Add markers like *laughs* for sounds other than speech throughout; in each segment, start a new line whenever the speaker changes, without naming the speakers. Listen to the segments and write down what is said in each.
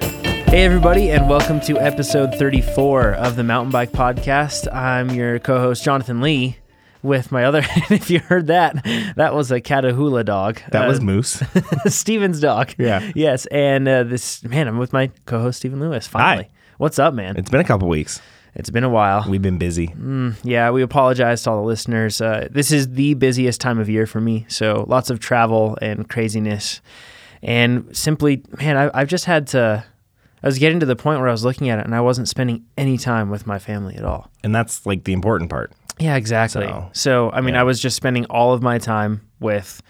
Hey, everybody, and welcome to episode 34 of the Mountain Bike Podcast. I'm your co host, Jonathan Lee, with my other. *laughs* if you heard that, that was a Catahoula dog.
That
Uh,
was Moose.
*laughs* Steven's dog.
Yeah.
Yes. And uh, this, man, I'm with my co host, Steven Lewis, finally.
Hi.
What's up, man?
it's been a couple weeks.
It's been a while.
We've been busy.
Yeah, we apologize to all the listeners. Uh, this is the busiest time of year for me, so lots of travel and craziness, and simply, man, I, I've just had to. I was getting to the point where I was looking at it, and I wasn't spending any time with my family at all.
And that's like the important part.
Yeah, exactly. So,
So,
I mean,
yeah.
I was just spending all of my time with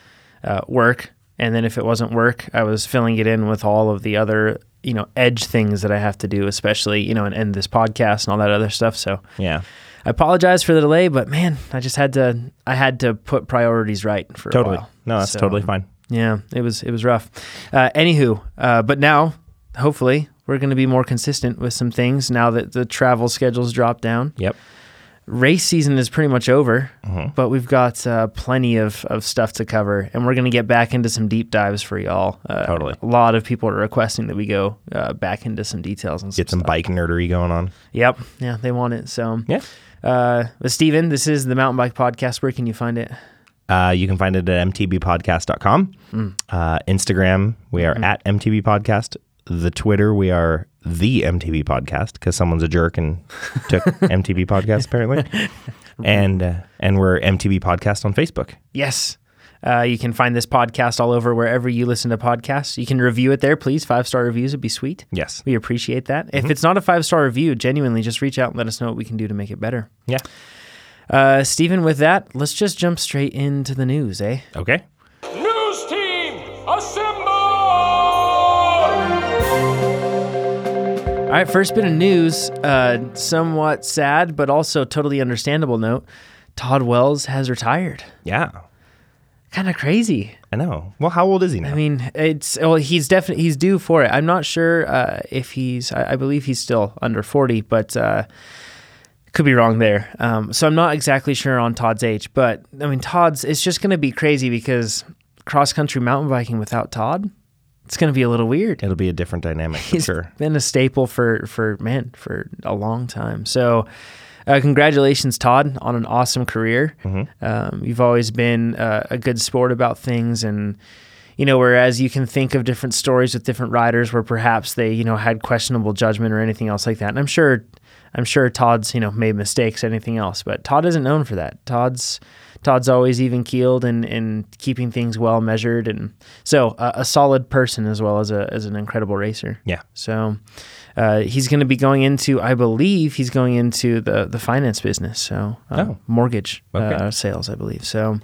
uh, work, and then if it wasn't work, I was filling it in with all of the other, you know, edge things that I have to do, especially you know, and, and this podcast and all that other stuff. So,
Yeah.
I apologize for the delay, but man, I just had to I had to put priorities right for
Totally.
a while.
No, that's
So,
totally fine.
Yeah, it was it was rough. Uh, anywho, uh, but now hopefully we're going to be more consistent with some things now that the travel schedules drop down.
Yep. Mm-hmm.
Race season is pretty much over, but we've got uh, plenty of, of stuff to cover, and we're going to get back into some deep dives for y'all. Uh,
Totally.
a lot of people are requesting that we go uh, back into some details and
Get some
stuff.
bike nerdery going on.
Yep, yeah, they want it. So
Yeah.
uh, but Steven, this is the Mountain Bike Podcast. Where can you find it?
Uh, you can find it at mtbpodcast.com.
Mm.
Uh, Instagram, we
Mm-hmm.
are at MTB Podcast. The Twitter, we are the MTB Podcast because someone's a jerk and
*laughs*
took MTB Podcast apparently. And uh, and we're MTB Podcast on Facebook.
Yes. Uh, you can find this podcast all over wherever you listen to podcasts. You can review it there, please. Five star reviews would be sweet.
Yes.
We appreciate that. If it's not a five star review, genuinely just reach out and let us know what we can do to make it better.
Yeah.
Uh, Steven, with that, let's just jump straight into the news, eh?
Okay.
News team, assemble!
All right, first bit of news, uh, somewhat sad, but also totally understandable note Todd Wells has retired.
Yeah.
Kind of crazy.
I know. Well, how old is he now?
I mean, it's well, he's definitely he's due for it. I'm not sure uh, if he's. I, I believe he's still under 40, but uh, could be wrong there. Um, so I'm not exactly sure on Todd's age, but I mean, Todd's. It's just going to be crazy because cross country mountain biking without Todd, it's going to be a little weird.
It'll be a different dynamic for
He's
sure.
been a staple for for man for a long time. So, uh, congratulations, Todd, on an awesome career.
Mm-hmm.
Um, you've always been uh, a good sport about things, and you know, whereas you can think of different stories with different riders where perhaps they you know had questionable judgment or anything else like that. And I'm sure, I'm sure Todd's you know made mistakes, anything else, but Todd isn't known for that. Todd's Todd's always even keeled and, and keeping things well measured, and so uh, a solid person as well as a as an incredible racer.
Yeah.
So uh, he's going to be going into, I believe, he's going into the the finance business. So uh,
Oh.
mortgage
Okay.
uh, sales, I believe. So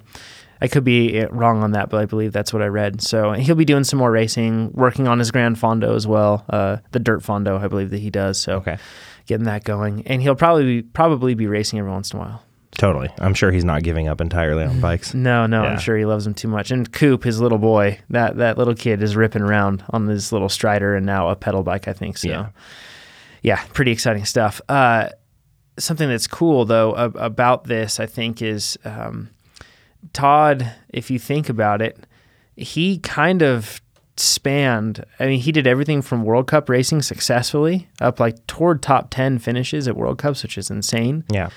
I could be uh, wrong on that, but I believe that's what I read. So and he'll be doing some more racing, working on his Grand Fondo as well, uh, the dirt Fondo, I believe that he does. So
Okay.
getting that going, and he'll probably probably be racing every once in a while.
Totally. I'm sure he's not giving up entirely
*laughs*
on bikes.
No, no,
Yeah.
I'm sure he loves him too much. And Coop, his little boy, that that little kid is ripping around on this little Strider and now a pedal bike, I think. So, yeah,
Yeah.
pretty exciting stuff. Uh, something that's cool though ab- about this, I think, is um, Todd. If you think about it, he kind of spanned. I mean, he did everything from World Cup racing successfully up like toward top ten finishes at World Cups, which is insane
Yeah.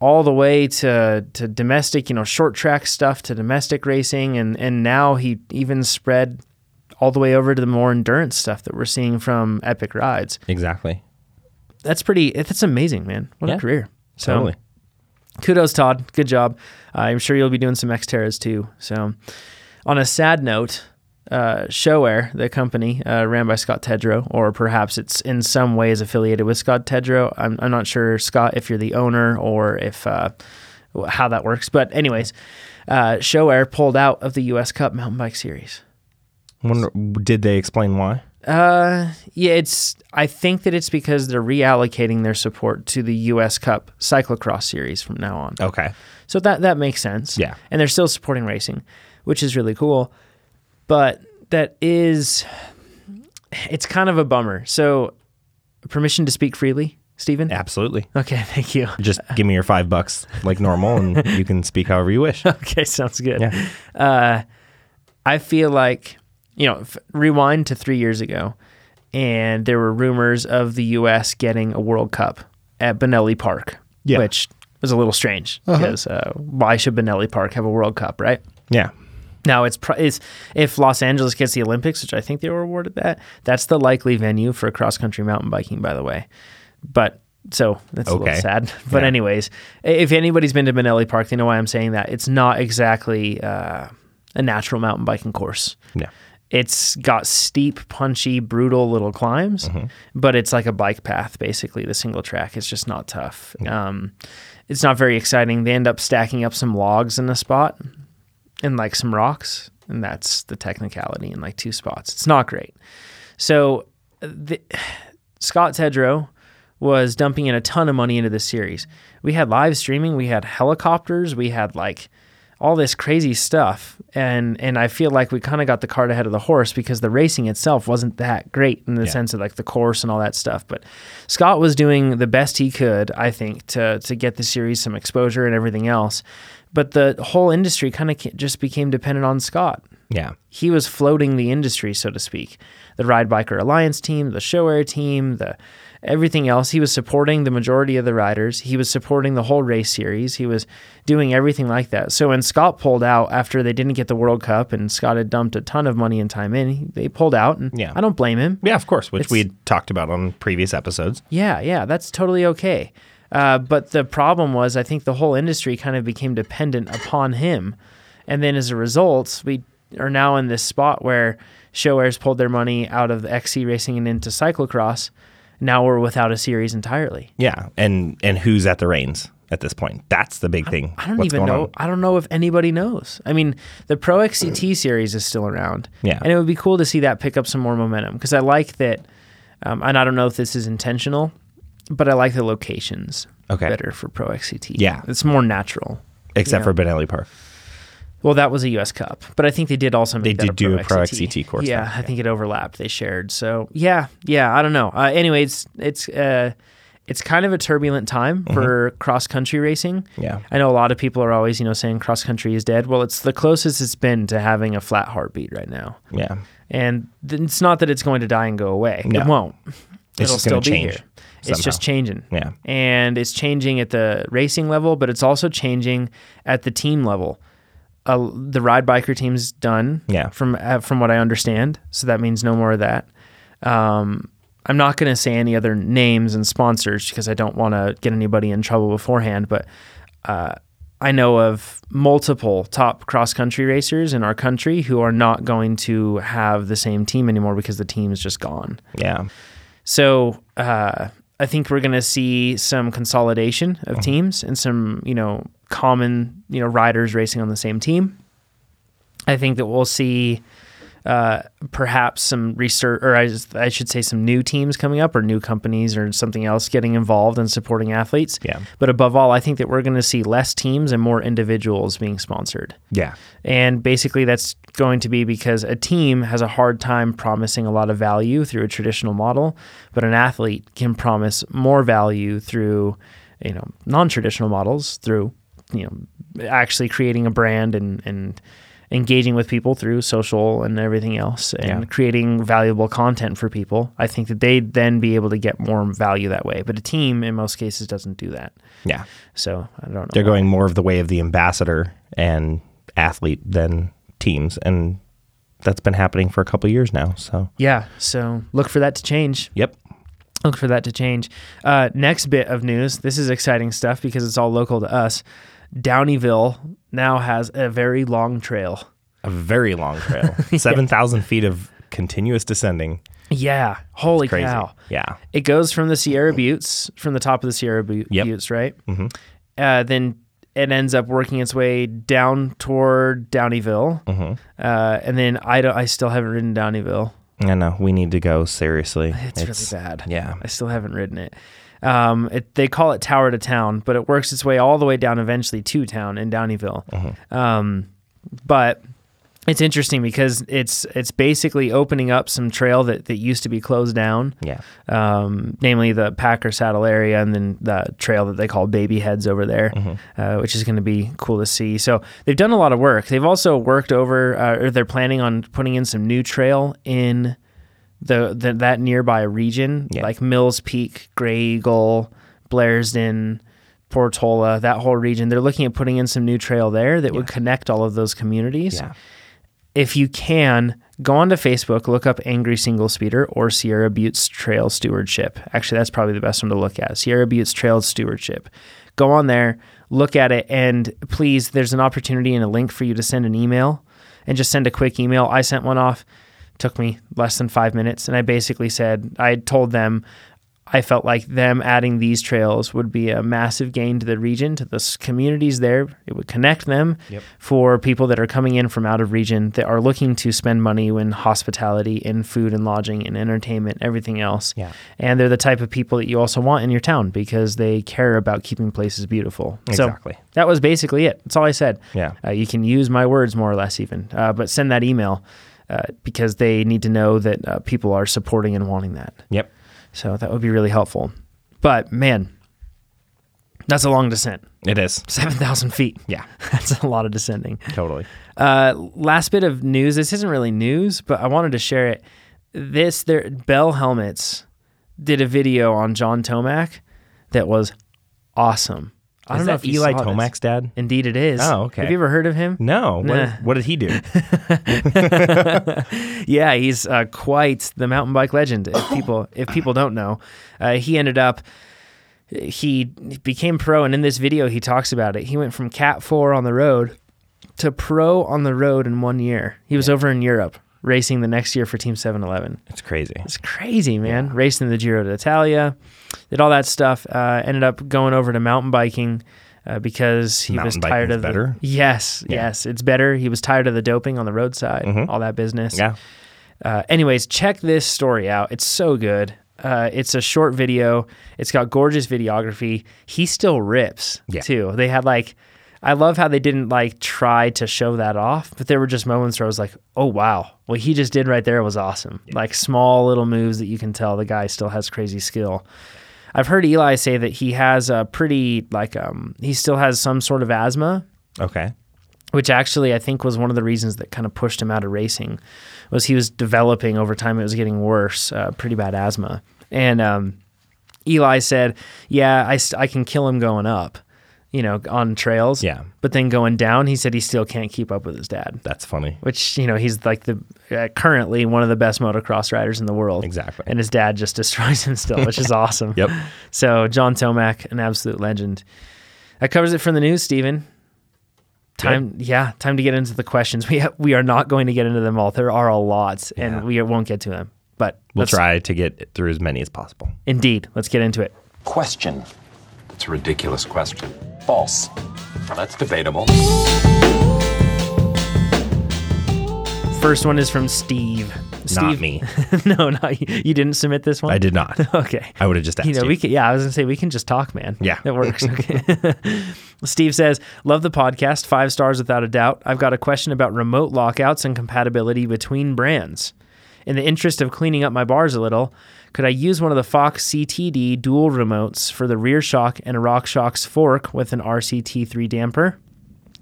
all the way to to domestic, you know, short track stuff to domestic racing, and and now he even spread all the way over to the more endurance stuff that we're seeing from Epic Rides.
Exactly.
That's pretty. That's amazing, man. What a
Yeah.
career! So,
Totally.
kudos, Todd. Good job. I'm sure you'll be doing some Xterras too. So, on a sad note, uh, Showare, the company uh, ran by Scott Tedrow, or perhaps it's in some ways affiliated with Scott Tedrow. I'm, I'm not sure, Scott, if you're the owner or if uh, wh- how that works. But, anyways, uh, Showare pulled out of the U.S. Cup Mountain Bike Series.
Wonder, did they explain why?
Uh, yeah, it's. I think that it's because they're reallocating their support to the U.S. Cup Cyclocross Series from now on.
Okay.
So that that makes sense.
Yeah.
And they're still supporting racing, which is really cool. But that is it's kind of a bummer. So permission to speak freely, Stephen?
Absolutely.
Okay, *laughs* thank you.
Just give me your five bucks like
*laughs*
normal and you can speak however you wish.
Okay, sounds good. Uh,
Yeah.
I feel like, you know, f- rewind to three years ago, and there were rumors of the U.S. getting a World Cup at Benelli Park,
Yeah. Uh-huh.
which was a little strange because uh, why should Benelli Park have a World Cup, right?
Yeah.
Now it's, pr- it's if Los Angeles gets the Olympics, which I think they were awarded that. That's the likely venue for cross country mountain biking, by the way. But so that's a
Okay.
little sad. *laughs* But
Yeah.
anyways, i- if anybody's been to Benelli Park, they know why I'm saying that. It's not exactly uh, a natural mountain biking course.
Yeah.
It's got steep, punchy, brutal little climbs, but it's like a bike path, basically. The single track is just not tough. Um, it's not very exciting. They end up stacking up some logs in a spot and like some rocks, and that's the technicality in like two spots. It's not great. So the, Scott Tedrow was dumping in a ton of money into this series. We had live streaming, we had helicopters, we had like all this crazy stuff. And and I feel like we kind of got the cart ahead of the horse because the racing itself wasn't that great in the sense of like the course and all that stuff. But Scott was doing the best he could, I think, to to get the series some exposure and everything else. But the whole industry kind of just became dependent on Scott
Yeah.
he was floating the industry, so to speak. The Ride Biker Alliance team, the Show Air team, the everything else. He was supporting the majority of the riders. He was supporting the whole race series. He was doing everything like that. So when Scott pulled out after they didn't get the World Cup and Scott had dumped a ton of money and time in, he- they pulled out and
Yeah.
I don't blame him.
Yeah, of course, which
It's-
we talked about on previous episodes.
Yeah, yeah, that's totally okay. Uh, but the problem was, I think the whole industry kind of became dependent upon him, and then as a result, we are now in this spot where Showair's pulled their money out of the XC racing and into cyclocross. Now we're without a series entirely.
Yeah. And and who's at the reins at this point? That's the big thing.
I don't
What's
even
going
know.
on?
I don't know if anybody knows. I mean, the Pro XCT series is still around.
Yeah.
And it would be cool to see that pick up some more momentum because I like that. Um, and I don't know if this is intentional, but I like the locations
Okay.
better for Pro XCT.
Yeah.
It's more natural.
Except
Yeah.
for Benelli Park.
Well, that was a U.S. Cup, but I think they did also make
They
that
did do a Pro
XCT.
XCT course
Yeah,
then,
I think it overlapped. They shared. So yeah, yeah. I don't know. Uh, anyway, it's it's uh, it's kind of a turbulent time for cross country racing.
Mm-hmm. Yeah.
I know a lot of people are always you know saying cross country is dead. Well, it's the closest it's been to having a flat heartbeat right now,
Yeah.
and th- it's not that it's going to die and go away.
No.
It won't. It'll
just
still
gonna
be
change
here. It's just
somehow.
changing.
Yeah.
And it's changing at the racing level, but it's also changing at the team level. Uh, the ride biker team's done.
Yeah.
From uh, from what I understand, so that means no more of that. Um, I'm not going to say any other names and sponsors because I don't want to get anybody in trouble beforehand. But uh, I know of multiple top cross country racers in our country who are not going to have the same team anymore because the team's just gone.
Yeah.
So uh, I think we're going to see some consolidation of teams and some, you know, common, you know, riders racing on the same team. I think that we'll see uh, perhaps some research, or I, just- I should say, some new teams coming up, or new companies, or something else getting involved and supporting athletes.
Yeah.
But above all, I think that we're going to see less teams and more individuals being sponsored.
Yeah.
And basically, that's going to be because a team has a hard time promising a lot of value through a traditional model, but an athlete can promise more value through, you know, non-traditional models through, you know, actually creating a brand and and engaging with people through social and everything else and
Yeah.
creating valuable content for people. I think that they'd then be able to get more value that way. But a team in most cases doesn't do that.
Yeah.
So I don't know.
They're going more of the way of the ambassador and athlete than teams. And that's been happening for a couple of years now. So,
yeah. So look for that to change.
yep.
look for that to change. Uh, next bit of news. This is exciting stuff because it's all local to us. Downeyville now has a very long trail.
A very long trail *laughs* 7,000 feet of continuous descending.
Yeah. Holy
Crazy.
cow.
Yeah.
It goes from the Sierra Buttes, from the top of the Sierra Bu-
Yep.
Buttes, right? Mm-hmm. Uh, then it ends up working its way down toward Downeyville.
Mm-hmm.
Uh, and then I, don't, I still haven't ridden Downeyville.
I know. We need to go seriously.
It's, really bad.
Yeah.
I still haven't ridden it. Um, it. They call it Tower to Town, but it works its way all the way down eventually to town in Downeyville. Um, but it's interesting because it's it's basically opening up some trail that, that used to be closed down,
Yeah.
um, namely the Packer Saddle area and then the trail that they call Baby Heads over there,
Mm-hmm.
uh, which is going to be cool to see. So they've done a lot of work. They've also worked over, uh, or they're planning on putting in some new trail in the, the that nearby region,
Yeah.
like Mills Peak, Gray Eagle, Blairsden, Portola, that whole region. They're looking at putting in some new trail there that would connect all of those communities.
Yeah.
If you can, go onto Facebook, look up Angry Single Speeder or Sierra Buttes Trail Stewardship. Actually, that's probably the best one to look at. Sierra Buttes Trail Stewardship. Go on there, look at it, and please, there's an opportunity and a link for you to send an email and just send a quick email. I sent one off, took me less than five minutes, and I basically said, I told them, I felt like them adding these trails would be a massive gain to the region, to the s- communities there. It would connect them for people that are coming in from out of region that are looking to spend money in hospitality, in food and lodging, and entertainment, everything else.
Yeah.
And they're the type of people that you also want in your town because they care about keeping places beautiful.
Exactly.
So that was basically it. That's all I said.
Yeah.
Uh, you can use my words more or less, even, uh, but send that email uh, because they need to know that uh, people are supporting and wanting that.
Yep.
So that would be really helpful. But man, that's a long descent. *laughs*
It is.
7,000 feet.
Yeah.
*laughs* That's a lot of descending.
Totally.
Uh, last bit of news. This isn't really news, but I wanted to share it. This, their Bell Helmets did a video on John Tomac that was awesome. *laughs* I don't
is
know
that
if you
Eli
saw this.
Tomac's dad?
Indeed, it is.
Oh, okay.
Have you ever heard of him?
No.
Nah.
What, what did
*laughs*
he do?
Yeah, he's uh, quite the mountain bike legend.
*coughs*
If people if people don't know, uh, he ended up he became pro, and in this video he talks about it. He went from Cat Four on the road to pro on the road in one year. He was over in Europe racing the next year for Team Seven Eleven.
It's crazy.
It's crazy, man. Racing the Giro d'Italia, did all that stuff. Uh, ended up going over to mountain biking uh, because he
Mountain
was tired
biking's
of the-
better?
yes, yes, it's better. He was tired of the doping on the roadside, all that business.
Mm-hmm. Yeah.
Uh, anyways, check this story out. It's so good. Uh, it's a short video. It's got gorgeous videography. He still rips
Yeah.
too. They had like, I love how they didn't like try to show that off, but there were just moments where I was like, oh wow, what he just did right there was awesome. Like small little moves that you can tell the guy still has crazy skill. I've heard Eli say that he has a pretty like um he still has some sort of asthma
Okay.
which actually I think was one of the reasons that kind of pushed him out of racing, was he was developing over time. It was getting worse, uh, pretty bad asthma. And um, Eli said, "Yeah, I st- I can kill him going up, you know, on trails.
Yeah.
but then going down, he said he still can't keep up with his dad."
That's funny.
Which you know he's like the uh, currently one of the best motocross riders in the world.
Exactly.
and his dad just *laughs* destroys him still, which
*laughs*
is awesome.
Yep.
So John Tomac, an absolute legend. That covers it from the news, Steven. Time, yeah, time to get into the questions. We ha- we are not going to get into them all. There are a lot,
Yeah.
and we won't get to them. But
We'll
let's-
try to get through as many as possible.
Indeed, let's get into it.
Question.
It's a ridiculous question.
False.
That's debatable.
First one is from Steve. Steve
Not me.
*laughs* no, not you. You didn't submit this one.
I did not.
*laughs* Okay.
I would have just asked
you
you.
know, we can, yeah, I was gonna say we can just talk, man.
Yeah.
that
*laughs*
works. Okay. *laughs* Steve says, "Love the podcast. Five stars without a doubt. I've got a question about remote lockouts and compatibility between brands. In the interest of cleaning up my bars a little, could I use one of the Fox CTD dual remotes for the rear shock and a RockShox fork with an RCT3 damper?"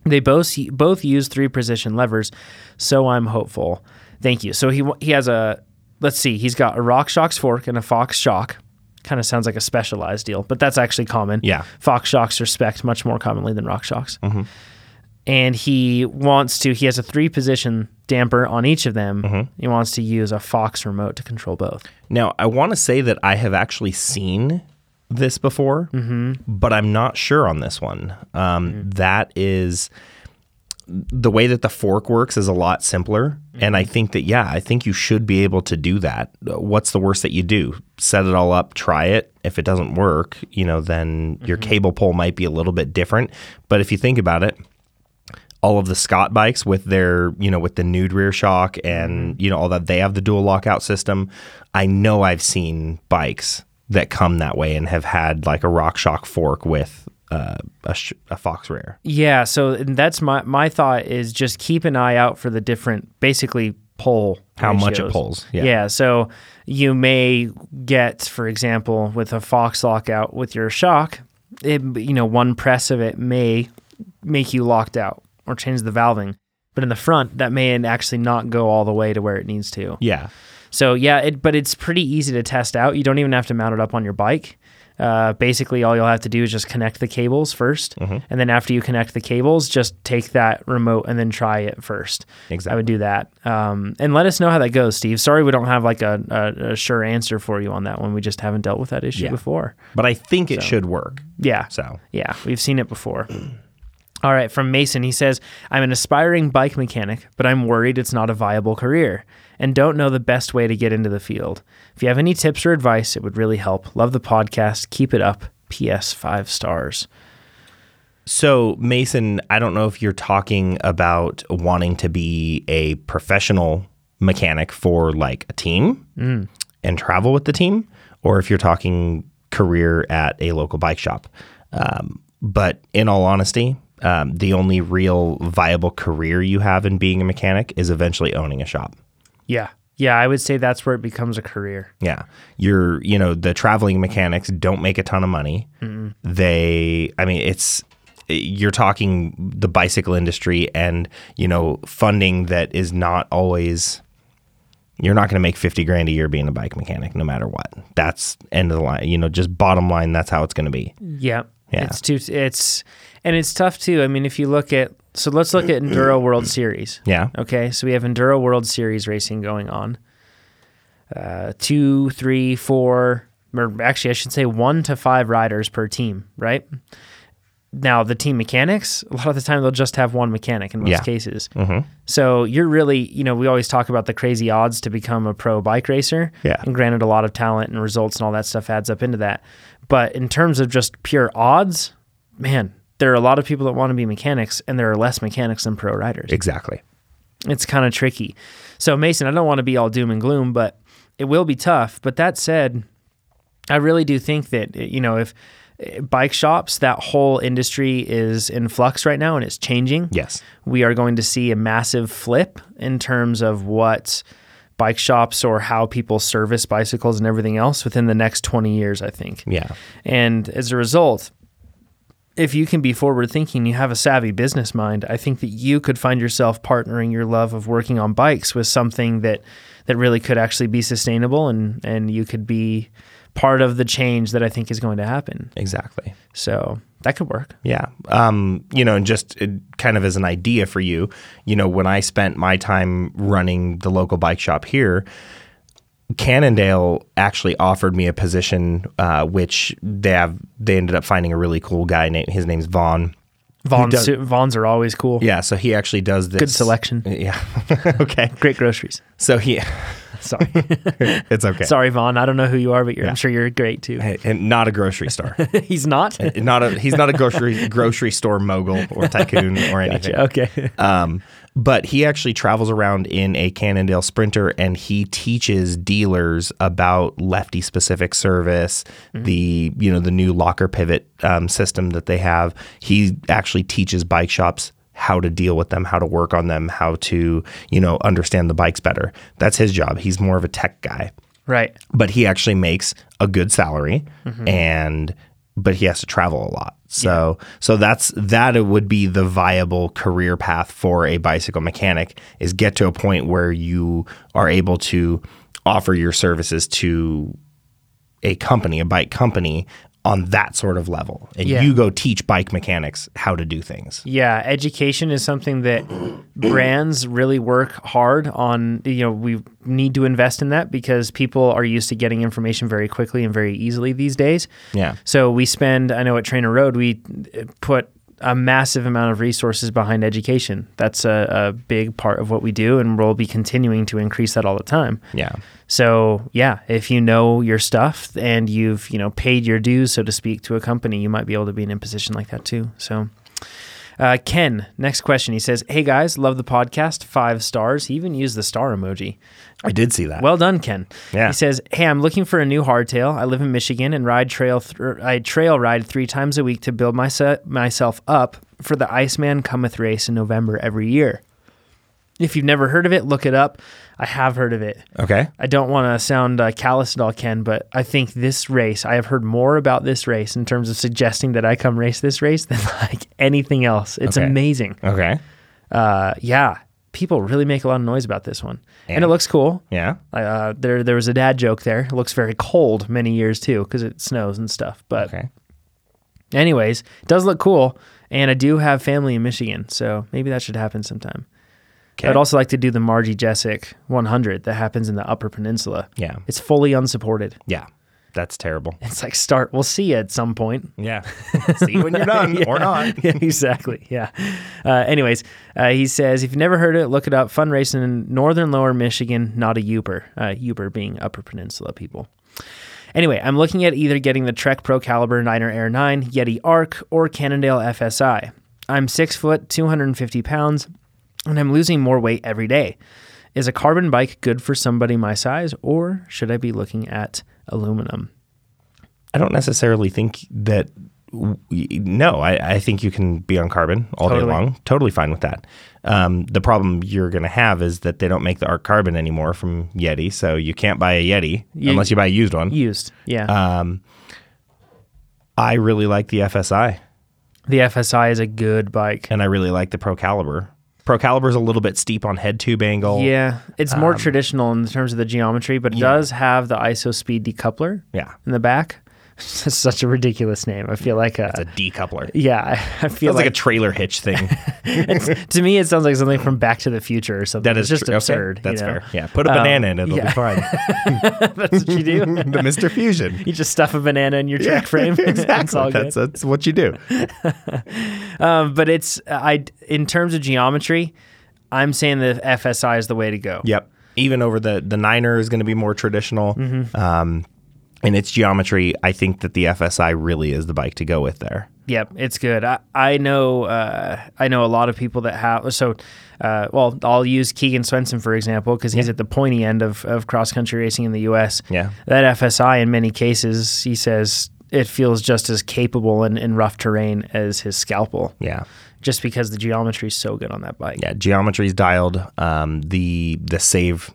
They both both use three position levers, so I'm hopeful. Thank you. So he he has a let's see, he's got a Rock Shocks fork and a Fox Shock. Kind of sounds like a specialized deal, but that's actually common.
Yeah. Mm-hmm.
Fox Shocks are spec much more commonly than Rock Shocks. And he wants to. He has a three position damper on each of them.
Mm-hmm.
He wants to use a Fox remote to control both.
Now, I want to say that I have actually seen this before,
Mm-hmm.
but I'm not sure on this one. Um,
Mm.
That is the way that the fork works is a lot simpler.
Mm-hmm.
And I think that, yeah, I think you should be able to do that. What's the worst that you do? Set it all up, try it. If it doesn't work, you know, then your
Mm-hmm.
cable pull might be a little bit different. But if you think about it, all of the Scott bikes with their, you know, with the nude rear shock and, you know, all that, they have the dual lockout system. I know I've seen bikes that come that way and have had like a rock shock fork with uh, a, sh- a Fox rear.
Yeah, so and that's my my thought is just keep an eye out for the different basically pull
How much it
ratios.
pulls,
Yeah.
yeah.
so you may get for example with a fox lockout with your shock, it, you know one press of it may make you locked out or change the valving. But in the front, that may actually not go all the way to where it needs to.
Yeah.
So yeah, it, but it's pretty easy to test out. You don't even have to mount it up on your bike. Uh, basically, all you'll have to do is just connect the cables 1st
Mm-hmm.
and then after you connect the cables, just take that remote and then try it first. I
Exactly.
would do that. Um, and let us know how that goes, Steve. Sorry, we don't have like a, a, a sure answer for you on that one. We just haven't dealt with that issue
Yeah.
before.
But I think it should work.
Yeah.
So
Yeah, we've seen it before. *clears throat* All right, from Mason, he says, I'm an aspiring bike mechanic, but I'm worried it's not a viable career and don't know the best way to get into the field. If you have any tips or advice, it would really help. Love the podcast. Keep it up. PS five stars.
So, Mason, I don't know if you're talking about wanting to be a professional mechanic for like a team and travel with the team, or if you're talking career at a local bike shop. Um, but in all honesty, um, the only real viable career you have in being a mechanic is eventually owning a shop.
Yeah. Yeah, I would say that's where it becomes a career.
Yeah. You're, you know, the traveling mechanics don't make a ton of money. They, I mean, it's, you're talking the bicycle industry and, you know, funding that is not always, you're not going to make 50 grand a year being a bike mechanic no matter what. That's end of the line. You know, just bottom line, that's how it's going to be.
Yeah.
Yeah.
It's too it's and it's tough too. I mean, if you look at so let's look at *clears throat* Enduro World Series.
Yeah.
Okay, so we have Enduro World Series racing going on. Uh, two, three, four, or actually, I should say one to five riders per team, right? Now, the team mechanics, a lot of the time they'll just have one mechanic in most
Yeah. Mm-hmm.
cases. So you're really, you know, we always talk about the crazy odds to become a pro bike racer.
Yeah.
And granted, a lot of talent and results and all that stuff adds up into that. But in terms of just pure odds, man, there are a lot of people that want to be mechanics and there are less mechanics than pro riders
Exactly.
it's kind of tricky. So Mason, I don't want to be all doom and gloom, but it will be tough. But that said, I really do think that you know if eh, bike shops, that whole industry is in flux right now and it's changing.
Yes.
we are going to see a massive flip in terms of what bike shops or how people service bicycles and everything else within the next 20 years i think
Yeah.
and as a result, if you can be forward thinking, you have a savvy business mind, I think that you could find yourself partnering your love of working on bikes with something that that really could actually be sustainable and and you could be part of the change that I think is going to happen.
Exactly.
So that could work.
Yeah. Um, you know, and just uh, kind of as an idea for you, you know, when I spent my time running the local bike shop here, Cannondale actually offered me a position, uh, which they have. They ended up finding a really cool guy. Named, his name's Vaughn.
Vons, Vons are always cool.
Yeah, so he actually does this.
Good selection.
Yeah. *laughs* okay.
Great groceries.
So he, *laughs*
Sorry.
it's okay.
Sorry, Vaughn. I don't know who you are, but you're, I'm sure you're great too.
*laughs* Hey, And not a grocery store.
He's not?
not a. He's not a grocery grocery store mogul
*laughs*
or tycoon or anything.
*laughs* okay.
Um, but he actually travels around in a Cannondale Sprinter and he teaches dealers about lefty specific service, the you know the new locker pivot um, system that they have. He actually teaches bike shops how to deal with them, how to work on them, how to you know understand the bikes better. That's his job. He's more of a tech guy
right.
but he actually makes a good salary and but he has to travel a lot so so that's that it would be the viable career path for a bicycle mechanic is get to a point where you are able to offer your services to a company a bike company on that sort of level and
Yeah.
you go teach bike mechanics how to do things
Yeah, education is something that brands really work hard on. You know, we need to invest in that because people are used to getting information very quickly and very easily these days.
Yeah.
So we spend, I know at Trainer Road, we uh, put a massive amount of resources behind education. That's a, a big part of what we do, and we'll be continuing to increase that all the time.
yeah
So yeah, if you know your stuff and you've you know paid your dues, so to speak, to a company, you might be able to be in a position like that too. So. Uh, Ken, next question. He says, "Hey guys, love the podcast. Five stars. He even used the star emoji.
i did see that
Well done, Ken."
Yeah.
He says, "Hey, I'm looking for a new hardtail. I live in Michigan and ride trail. Th- I trail ride three times a week to build myse- myself up for the Iceman Cometh race in November every year. If you've never heard of it, look it up. I have heard of it.
okay
I don't want to sound uh, callous at all, Ken, but I think this race, I have heard more about this race in terms of suggesting that I *laughs* come race this race than like anything else. It's
Okay.
amazing.
okay
Uh, yeah. people really make a lot of noise about this one, and,
And-
it looks cool.
Yeah.
Uh, there, there was a dad joke there. It looks very cold many years too because it snows and stuff. But
Okay.
anyways, it does look cool, and I do have family in Michigan, so maybe that should happen sometime.
Okay.
I'd also like to do the Margie Jessic 100 that happens in the Upper Peninsula.
Yeah.
It's fully unsupported.
Yeah. That's terrible.
It's like start. We'll see you at some point. *laughs*
*laughs* Yeah. See you when you're done or not.
yeah, exactly. Yeah. Uh, anyways, uh, he says if you've never heard it, look it up. Fun racing in northern lower Michigan, not a Uber. Uh, Uber being Upper Peninsula people. Anyway, I'm looking at either getting the Trek Pro Caliber Niner Air 9, Yeti Arc, or Cannondale FSI. I'm 6 foot, 250 pounds, and I'm losing more weight every day. Is a carbon bike good for somebody my size, or should I be looking at aluminum?
I don't necessarily think that. w- No, I, I think you can be on carbon all day
Totally.
long. Totally fine with that. Um, the problem you're going to have is that they don't make the arc carbon anymore from Yeti, so you can't buy a Yeti unless you buy a used one.
Used. Yeah.
I really like the FSI,
the FSI is a good bike.
and I really like the Pro Caliber. Pro Caliber's a little bit steep on head tube angle.
Yeah, it's
um,
more traditional in terms of the geometry, but it does have the ISO speed decoupler
Yeah.
in the back. *laughs* It's such a ridiculous name. I feel like a,
It's a decoupler.
yeah. I, I feel
It's like a
like,
trailer hitch *laughs* thing.
to me it sounds like something from Back to the Future or something.
That is
it's just
true. Okay,
absurd.
That's
you know? *laughs*
fair. Um, Yeah. Put a banana in it. It'll
yeah.
be fine. *laughs*
that's what you do.
the Mr. Fusion.
You just stuff a banana in your track
*laughs*
frame. *laughs* it's all
Exactly.
good.
That's, that's what you do.
Um, but it's I in terms of geometry, I'm saying the FSI is the way to go.
Yep. Even over the the Niner is going to be more traditional.
Mm-hmm.
Um, in its geometry, I think that the FSI really is the bike to go with there.
Yep, it's good. I, I know uh, I know a lot of people that have so. Uh, well, I'll use Keegan Swenson for example because he's at the pointy end of, of cross country racing in the U.S.
Yeah.
that FSI in many cases he says it feels just as capable in, in rough terrain as his scalpel.
Yeah.
just because the geometry is so good on that bike.
Yeah. Geometry's dialed. Um, the the save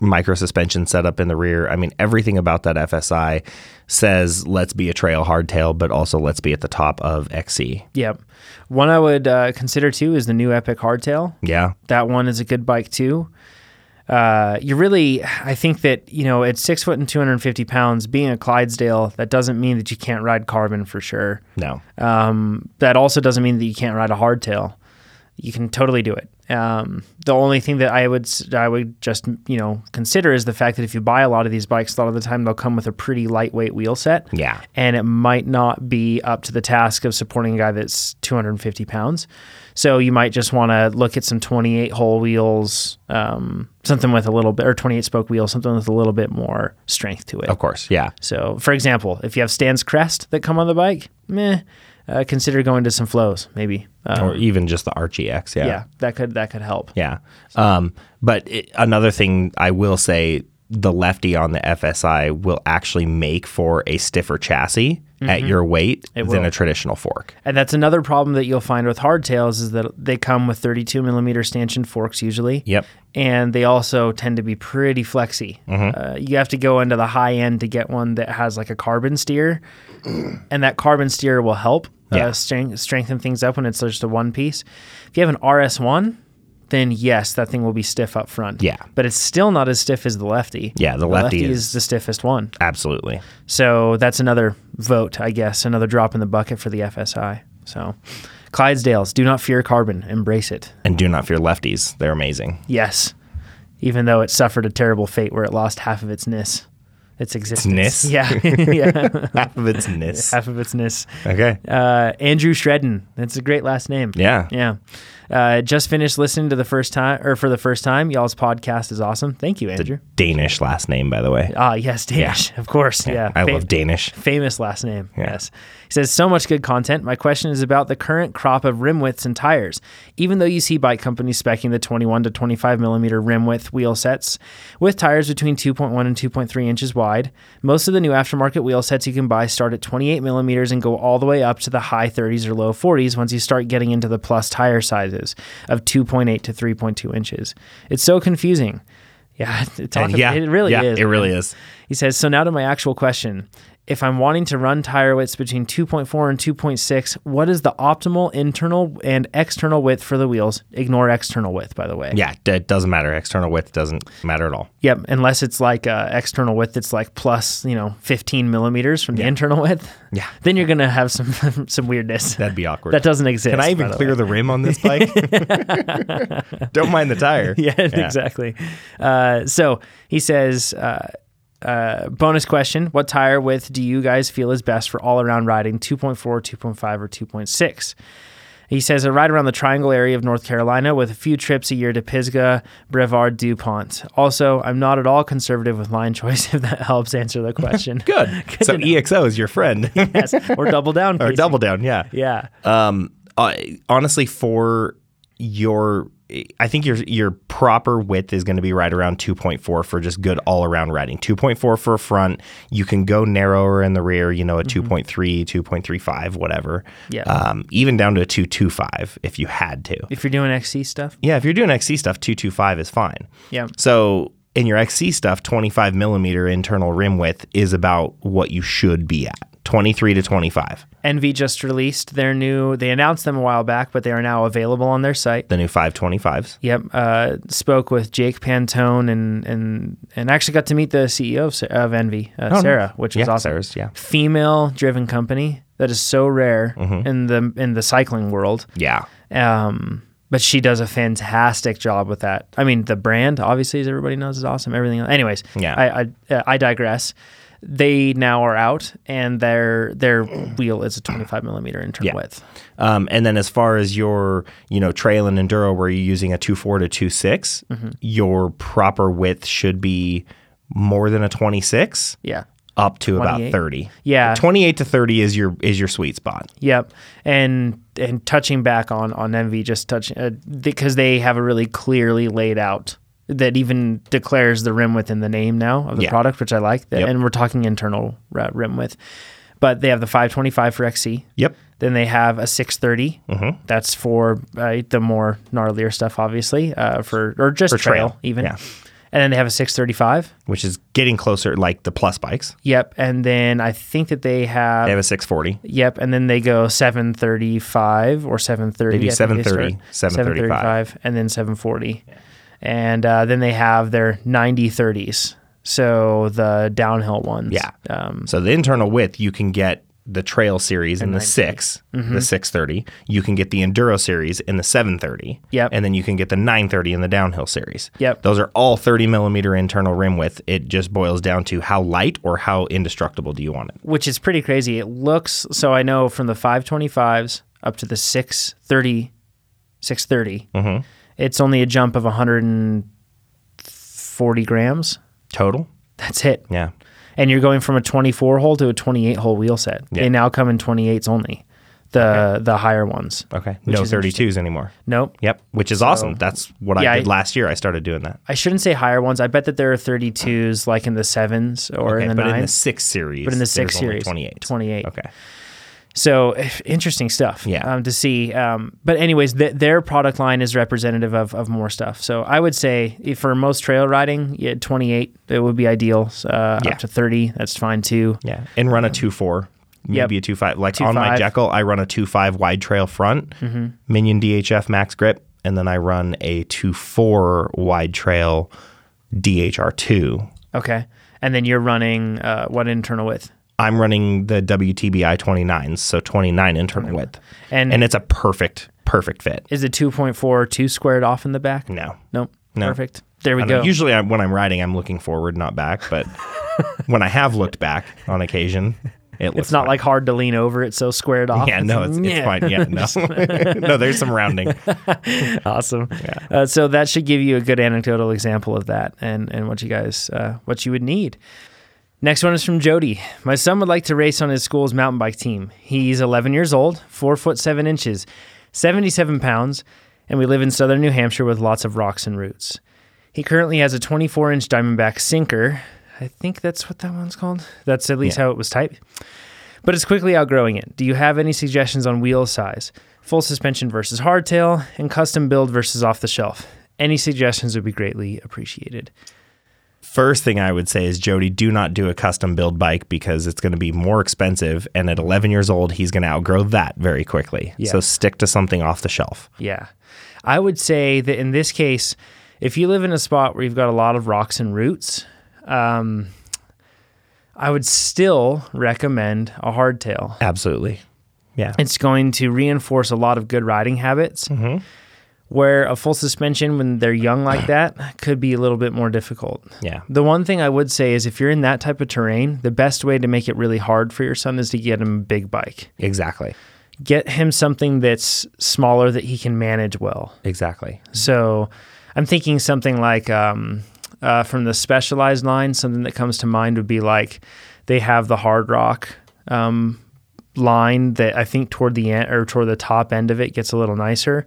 micro suspension setup in the rear. I mean, everything about that FSI says let's be a trail hardtail, but also let's be at the top of E." XC.
Yep. One I would uh, consider too is the new Epic Hardtail.
Yeah.
that one is a good bike too. Uh, you really, I think that you know, at six foot and two hundred and fifty pounds, being a Clydesdale, that doesn't mean that you can't ride carbon for sure.
No.
Um, that also doesn't mean that you can't ride a hardtail. You can totally do it. Um, the only thing that I would s- I would just you know consider is the fact that if you buy a lot of these bikes, a lot of the time they'll come with a pretty lightweight wheel set.
Yeah.
and it might not be up to the task of supporting a guy that's 250 pounds. So you might just want to look at some 28 hole wheels, um, something with a little bit or 28 spoke wheels, something with a little bit more strength to it.
Of course. Yeah.
So, for example, if you have Stan's Crest that come on the bike, meh, uh, consider going to some flows, maybe. Um,
Or even just the Archie X.
yeah. that could that could help.
Yeah. Um, but it, another thing I will say the lefty on the FSI will actually make for a stiffer chassis at your weight than
Mm-hmm. will.
a traditional fork.
And that's another problem that you'll find with hardtails is that they come with 32 millimeter stanchion forks usually.
Yep.
And they also tend to be pretty flexy.
Mm-hmm.
Uh, you have to go into the high end to get one that has like a carbon steer, and that carbon steer will help
Yeah.
uh, streng- strengthen things up when it's just a one piece. If you have an RS1, then yes, that thing will be stiff up front.
Yeah.
But it's still not as stiff as the lefty.
Yeah, the lefty
is,
is-
the stiffest one.
Absolutely.
So that's another vote, I guess, another drop in the bucket for the FSI. So Clydesdales, do not fear carbon, embrace it.
And do not fear lefties.
*laughs*
They're amazing. *laughs*
Yes, even though it suffered a terrible fate where it lost half of its ness, its existence. *laughs*
ness?
Yeah, yeah,
Half of it's nis.
half of its ness.
Okay.
Uh, Andrew Shredden, that's a great last name.
Yeah.
yeah. Uh, just finished listening to the first time, or for the first time, y'all's podcast is awesome. Thank you, Andrew.
Danish last name, by the way.
Ah, yes, Danish, of course. Yeah,
I
Fa-
love Danish.
Famous last name.
Yeah.
Yes. He says, so much good content. My question is about the current crop of rim widths and tires. Even though you see bike companies specking the 21 to 25 millimeter rim width wheel sets with tires between 2.1 and 2.3 inches wide, most of the new aftermarket wheel sets you can buy start at 28 millimeters and go all the way up to the high 30s or low 40s once you start getting into the plus tire sizes of 2.8 to 3.2 inches. It's so confusing. Yeah, *laughs* talk
And Uh, yeah,
it really
yeah,
is.
It
man.
really is.
He says, So now to my actual question. if I'm wanting to run tire widths between 2.4 and 2.6, what is the optimal internal and external width for the wheels? Ignore external width, by the way.
Yeah, d- it doesn't matter. External width doesn't matter at all.
Yep. Unless it's like uh, external width, it's like plus, you know, 15 millimeters from the internal width.
Yeah.
Then you're going to have some *laughs* some weirdness.
That'd be awkward.
that doesn't exist.
Can I even
by the
clear
way.
the rim on
*laughs*
this bike? Don't mind the tire.
yeah, exactly. Uh, so he says, uh, uh, bonus question What tire width do you guys feel is best for all around riding 2.4, 2.5, or 2.6? He says, I ride around the triangle area of North Carolina with a few trips a year to Pisgah, Brevard, DuPont. Also, I'm not at all conservative with line *laughs* choice, if that helps answer the question.
*laughs* Good. so EXO is your *laughs* friend
yes, *laughs* or double down.
or
Casey.
double down. Yeah.
Yeah.
Um. I- honestly, for your, I think your your proper width is going to be right around 2.4 for just good all around riding. 2.4 for front. You can go narrower in the rear. You know, a 2.3, 2.35, whatever.
Yeah.
Um. Even down to a 2.25 if you had to.
if you're doing XC stuff,
Yeah, if you're doing XC stuff, 225 is fine.
Yeah.
So in your XC stuff, 25 millimeter internal rim width is about what you should be at 23 to 25,
Envy just released their new, they announced them a while back, but they are now available on their site.
the new 525s.
Yep. Uh, spoke with Jake Pantone and and and actually got to meet the CEO of, Sa- of Envy, uh, Sarah, which was
Oh, Yeah,
awesome.
Sarah's, yeah.
Female-driven company that is so rare
Mm-hmm.
in the in the cycling world.
Yeah.
Um, but she does a fantastic job with that. I mean, the brand, obviously, as everybody knows, is awesome. Everything. Else. Anyways,
Yeah.
I I, uh, I digress. They now are out, and their their wheel is a 25 millimeter internal
Yeah.
width.
Um, and then as far as your, you know, trail and enduro where you're using a 2.4 to 2.6,
Mm-hmm.
your proper width should be more than a 26
Yeah.
up to about
28?
30.
Yeah.
28 to 30 is your is your sweet spot.
Yep, and and touching back on on envy, just touching uh, because they have a really clearly laid out that even declares the rim width in the name now of the
Yeah.
product, which I like.
Yep.
And we're talking internal uh, rim width, but they have the 525 for XC.
Yep. Mm-hmm.
Then they have a 630. That's for uh, the more gnarlier stuff, obviously, uh, for or just
For
trail,
trail,
even.
yeah.
And then they have a 635.
Which is getting closer like the plus bikes.
Yep. And then I think that they have
They have a 640.
Yep, and then they go 735 or 730.
They do
I think they start.
7:30, 7:35.
7:35, and then 740. And uh, then they have their 9030s. So the downhill ones.
Yeah.
Um,
So the internal width, you can get the Trail series in the six,
Mm-hmm.
the six thirty. You can get the Enduro series in the seven thirty.
Yep.
And then you can get the nine thirty in the downhill series.
Yep.
Those are all thirty millimeter internal rim width. It just boils down to how light or how indestructible do you want it.
which is pretty crazy. It looks so I know from the 525s up to the 630 630. It's only a jump of 140 grams.
Total.
That's it.
Yeah.
and you're going from a 24 hole to a 28 hole wheel set. They
Yeah.
now come in 28s only, the the higher ones.
Okay.
Which
no
is
thirty twos anymore.
Nope.
Yep. Which is awesome. That's what
Yeah,
I
I-
did last year. I started doing that.
I shouldn't say higher ones. I bet that there are 32s like in the sevens or
Okay.
in the
but in the
nines.
six series.
but in the six
there's only
series,
28.
28.
Okay.
So interesting stuff.
Yeah.
Um, to see. Um, but anyways, th- their product line is representative of, of more stuff. So I would say if for most trail riding, yeah, 28 it would be ideal. Uh,
Yeah.
Up to 30, that's fine too.
Yeah, and run a two four, maybe
Yep.
a two five. Like on my
2.5.
Jekyll, I run a two five wide trail front,
Mm-hmm.
minion DHF max grip, and then I run a two four wide trail DHR two.
Okay. And then you're running uh, what internal width?
I'm running the WTBI 29s, so 29 internal width,
And-
and it's a perfect perfect fit.
Is it 2.4 two squared off in the back?
No,
Nope.
No.
Perfect. There we
I don't know.
go.
Usually, I, when I'm riding, I'm looking forward, not back.
*laughs*
But when I have looked back on occasion, it looks
it's not like hard to lean over. It's so squared off.
*laughs* yeah, no, it's, it's
*laughs* yeah.
fine. Yeah,
*laughs*
no, *laughs* no, there's some rounding.
Awesome. Uh, so that should give you a good anecdotal example of that and, and what you guys, uh, what you would need. Next one is from Jody. My son would like to race on his school's mountain bike team. He's 11 years old, four foot seven inches, 77 pounds, and we live in southern New Hampshire with lots of rocks and roots. He currently has a 24 inch Diamondback sinker. I think that's what that one's called. That's at least how it was typed. But it's quickly outgrowing it. Do you have any suggestions on wheel size? Full suspension versus hardtail, and custom build versus off the shelf? Any suggestions would be greatly appreciated.
First thing I would say is, Jody, do not do a custom build bike because it's going to be more expensive. And at 11 years old, he's going to outgrow that very quickly.
Yeah.
So stick to something off the shelf.
Yeah. I would say that in this case, if you live in a spot where you've got a lot of rocks and roots, um, I would still recommend a hardtail.
Absolutely. Yeah.
It's going to reinforce a lot of good riding habits. Where a full suspension, when they're young like that, could be a little bit more difficult.
Yeah.
The one thing I would say is if you're in that type of terrain, the best way to make it really hard for your son is to get him a big bike.
Exactly.
Get him something that's smaller that he can manage well.
Exactly.
So I'm thinking something like um, uh, from the specialized line, something that comes to mind would be like they have the hard rock um, line that I think toward the end or toward the top end of it gets a little nicer.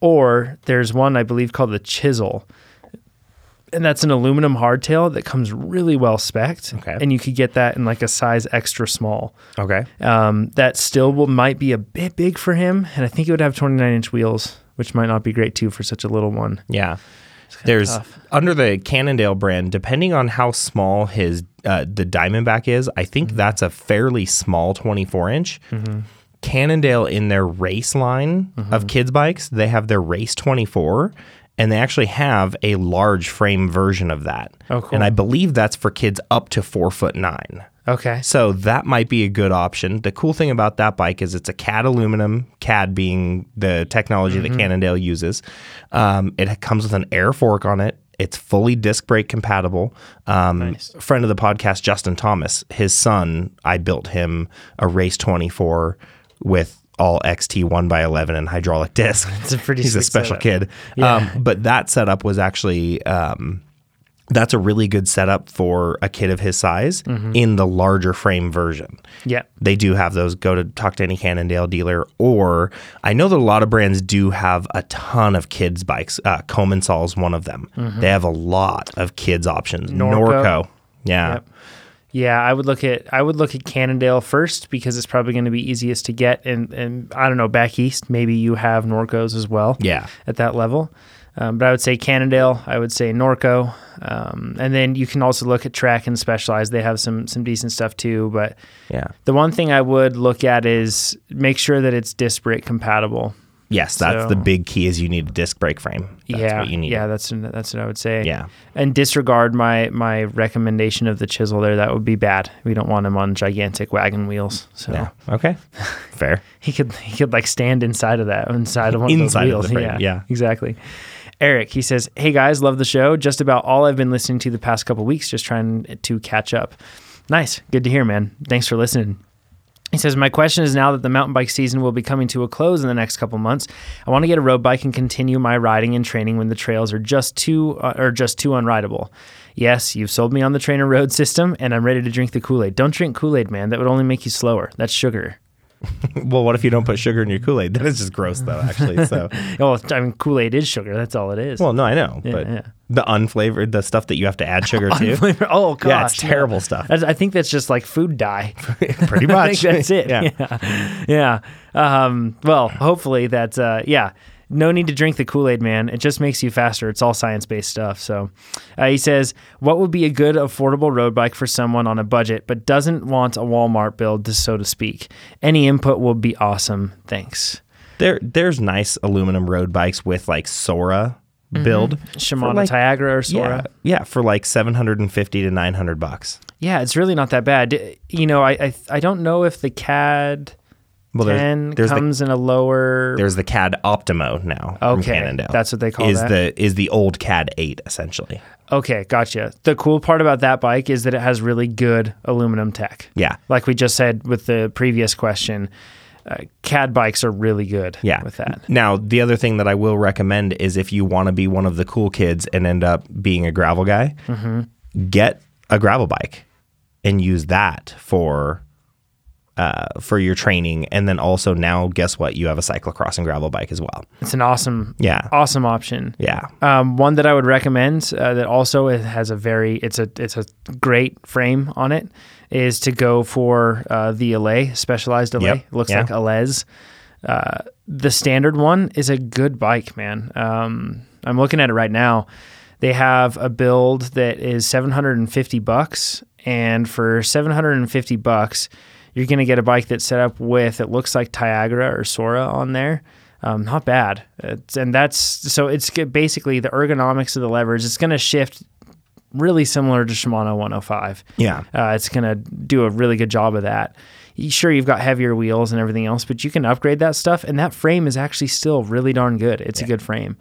Or there's one I believe called the chisel. And that's an aluminum hardtail that comes really well specced.
Okay.
And you could get that in like a size extra small.
Okay.
Um, that still will, might be a bit big for him, and I think it would have 29 inch wheels, which might not be great too for such a little one.
Yeah. There's
tough.
under the Cannondale brand, depending on how small his uh, the Diamondback is, I think
Mm-hmm.
that's a fairly small 24 inch. Cannondale in their race line
Mm-hmm.
of kids bikes, they have their race 24, and they actually have a large frame version of that.
Oh, cool.
And I believe that's for kids up to four foot nine.
Okay.
So that might be a good option. The cool thing about that bike is it's a CAD aluminum, CAD being the technology
Mm-hmm.
that Cannondale uses. Um, it comes with an air fork on it. It's fully disc brake compatible. Um, Friend of the podcast, Justin Thomas, his son, I built him a Race 24 with all XT 1x11 and hydraulic
*laughs*
disc. It's
a pretty
He's a
sick
special
setup.
kid. Um, but that setup was actually um, that's a really good setup for a kid of his size
Mm-hmm.
in the larger frame version.
Yeah.
They do have those. Go to talk to any Cannondale dealer, or I know that a lot of brands do have a ton of kids bikes. Uh, Comensol is one of them. They have a lot of kids options.
Mm-hmm. Norco.
Norco, yeah,
Yep. Yeah, I would look at I would look at Cannondale first because it's probably going to be easiest to get, and and I don't know back east maybe you have Norcos as well.
Yeah.
At that level, um, but I would say Cannondale. I would say Norco, um, and then you can also look at Track and Specialized. They have some some decent stuff too, but
yeah.
The one thing I would look at is make sure that it's disc brake compatible.
Yes, that's
So-
the big key. Is you need a disc brake frame. That's
yeah,
what you need.
yeah, that's that's what I would say.
Yeah.
and disregard my my recommendation of the chisel there. That would be bad. We don't want him on gigantic wagon wheels. So
Yeah. Okay. Fair.
he could he could like stand inside of that inside of one
Inside
of
of
those wheels.
the frame, yeah.
exactly. Eric, he says, "Hey guys, love the show. Just about all I've been listening to the past couple weeks. Just trying to catch up. Nice, good to hear, man. Thanks for listening." He says, My question is now that the mountain bike season will be coming to a close in the next couple months, I want to get a road bike and continue my riding and training when the trails are just too uh, are just too unrideable. Yes, you've sold me on the trainer road system, and I'm ready to drink the Kool-Aid. Don't drink Kool-Aid, man. That would only make you slower. That's sugar.
Well, what if you don't put sugar in your Kool Aid? *laughs* That is just gross, though.
*laughs*
Actually, so
Oh, I mean Kool-Aid is sugar, that's all it is.
well, no, I know, but
yeah.
the unflavored, the stuff that you have to add
*laughs*
sugar
*laughs*
to,
Flavor- oh gosh.
Yeah, it's
no.
terrible stuff.
That's- I think that's just like food
*laughs*
dye. *laughs*
pretty
I
much.
think that's it.
Yeah.
Yeah. *laughs* Yeah. Um, well, hopefully that's uh, yeah. No need to drink the Kool Aid, man. It just makes you faster. It's all science based stuff. So uh, he says, What would be a good, affordable road bike for someone on a budget but doesn't want a Walmart build, just so to speak? Any input will be awesome. Thanks.
There, there's nice aluminum road bikes with like Sora build,
Shimano
like-
Tiagra or Mm-hmm. Sora.
yeah, yeah, for like seven hundred and fifty to nine hundred bucks.
Yeah, it's really not that bad. D- You know, I, I, I don't know if the CAD
Well, there's-
10
there's the-
comes in a lower.
There's the CAD Optimo now from
Okay,
Cannondale.
that's what they call
is
that.
the is the old CAD eight essentially.
Okay, gotcha. The cool part about that bike is that it has really good aluminum tech.
Yeah.
Like we just said with the previous question, uh, CAD bikes are really good
yeah.
with that.
Now, the other thing that I will recommend is if you want to be one of the cool kids and end up being a gravel guy,
Mm-hmm.
get a gravel bike and use that for uh, for your training. And then also now, guess what? You have a cyclocross and gravel bike as well.
It's an awesome,
Yeah.
awesome option.
Yeah.
Um, one that I would recommend uh, that also it has a very it's a it's a great frame on it is to go for uh, the Allay specialized Allay.
Yep,
Looks
yeah.
like Allays. Uh, the standard one is a good bike, man. Um, I'm looking at it right now. They have a build that is 750 bucks, and for 750 bucks, you're going to get a bike that's set up with it looks like Tiagra or Sora on there. Um, not bad. It's, and that's so it's g- basically the ergonomics of the levers. It's going to shift really similar to Shimano 105.
Yeah.
Uh, it's going to do a really good job of that. You- Sure, you've got heavier wheels and everything else, but you can upgrade that stuff. And that frame is actually still really darn good. It's a good frame.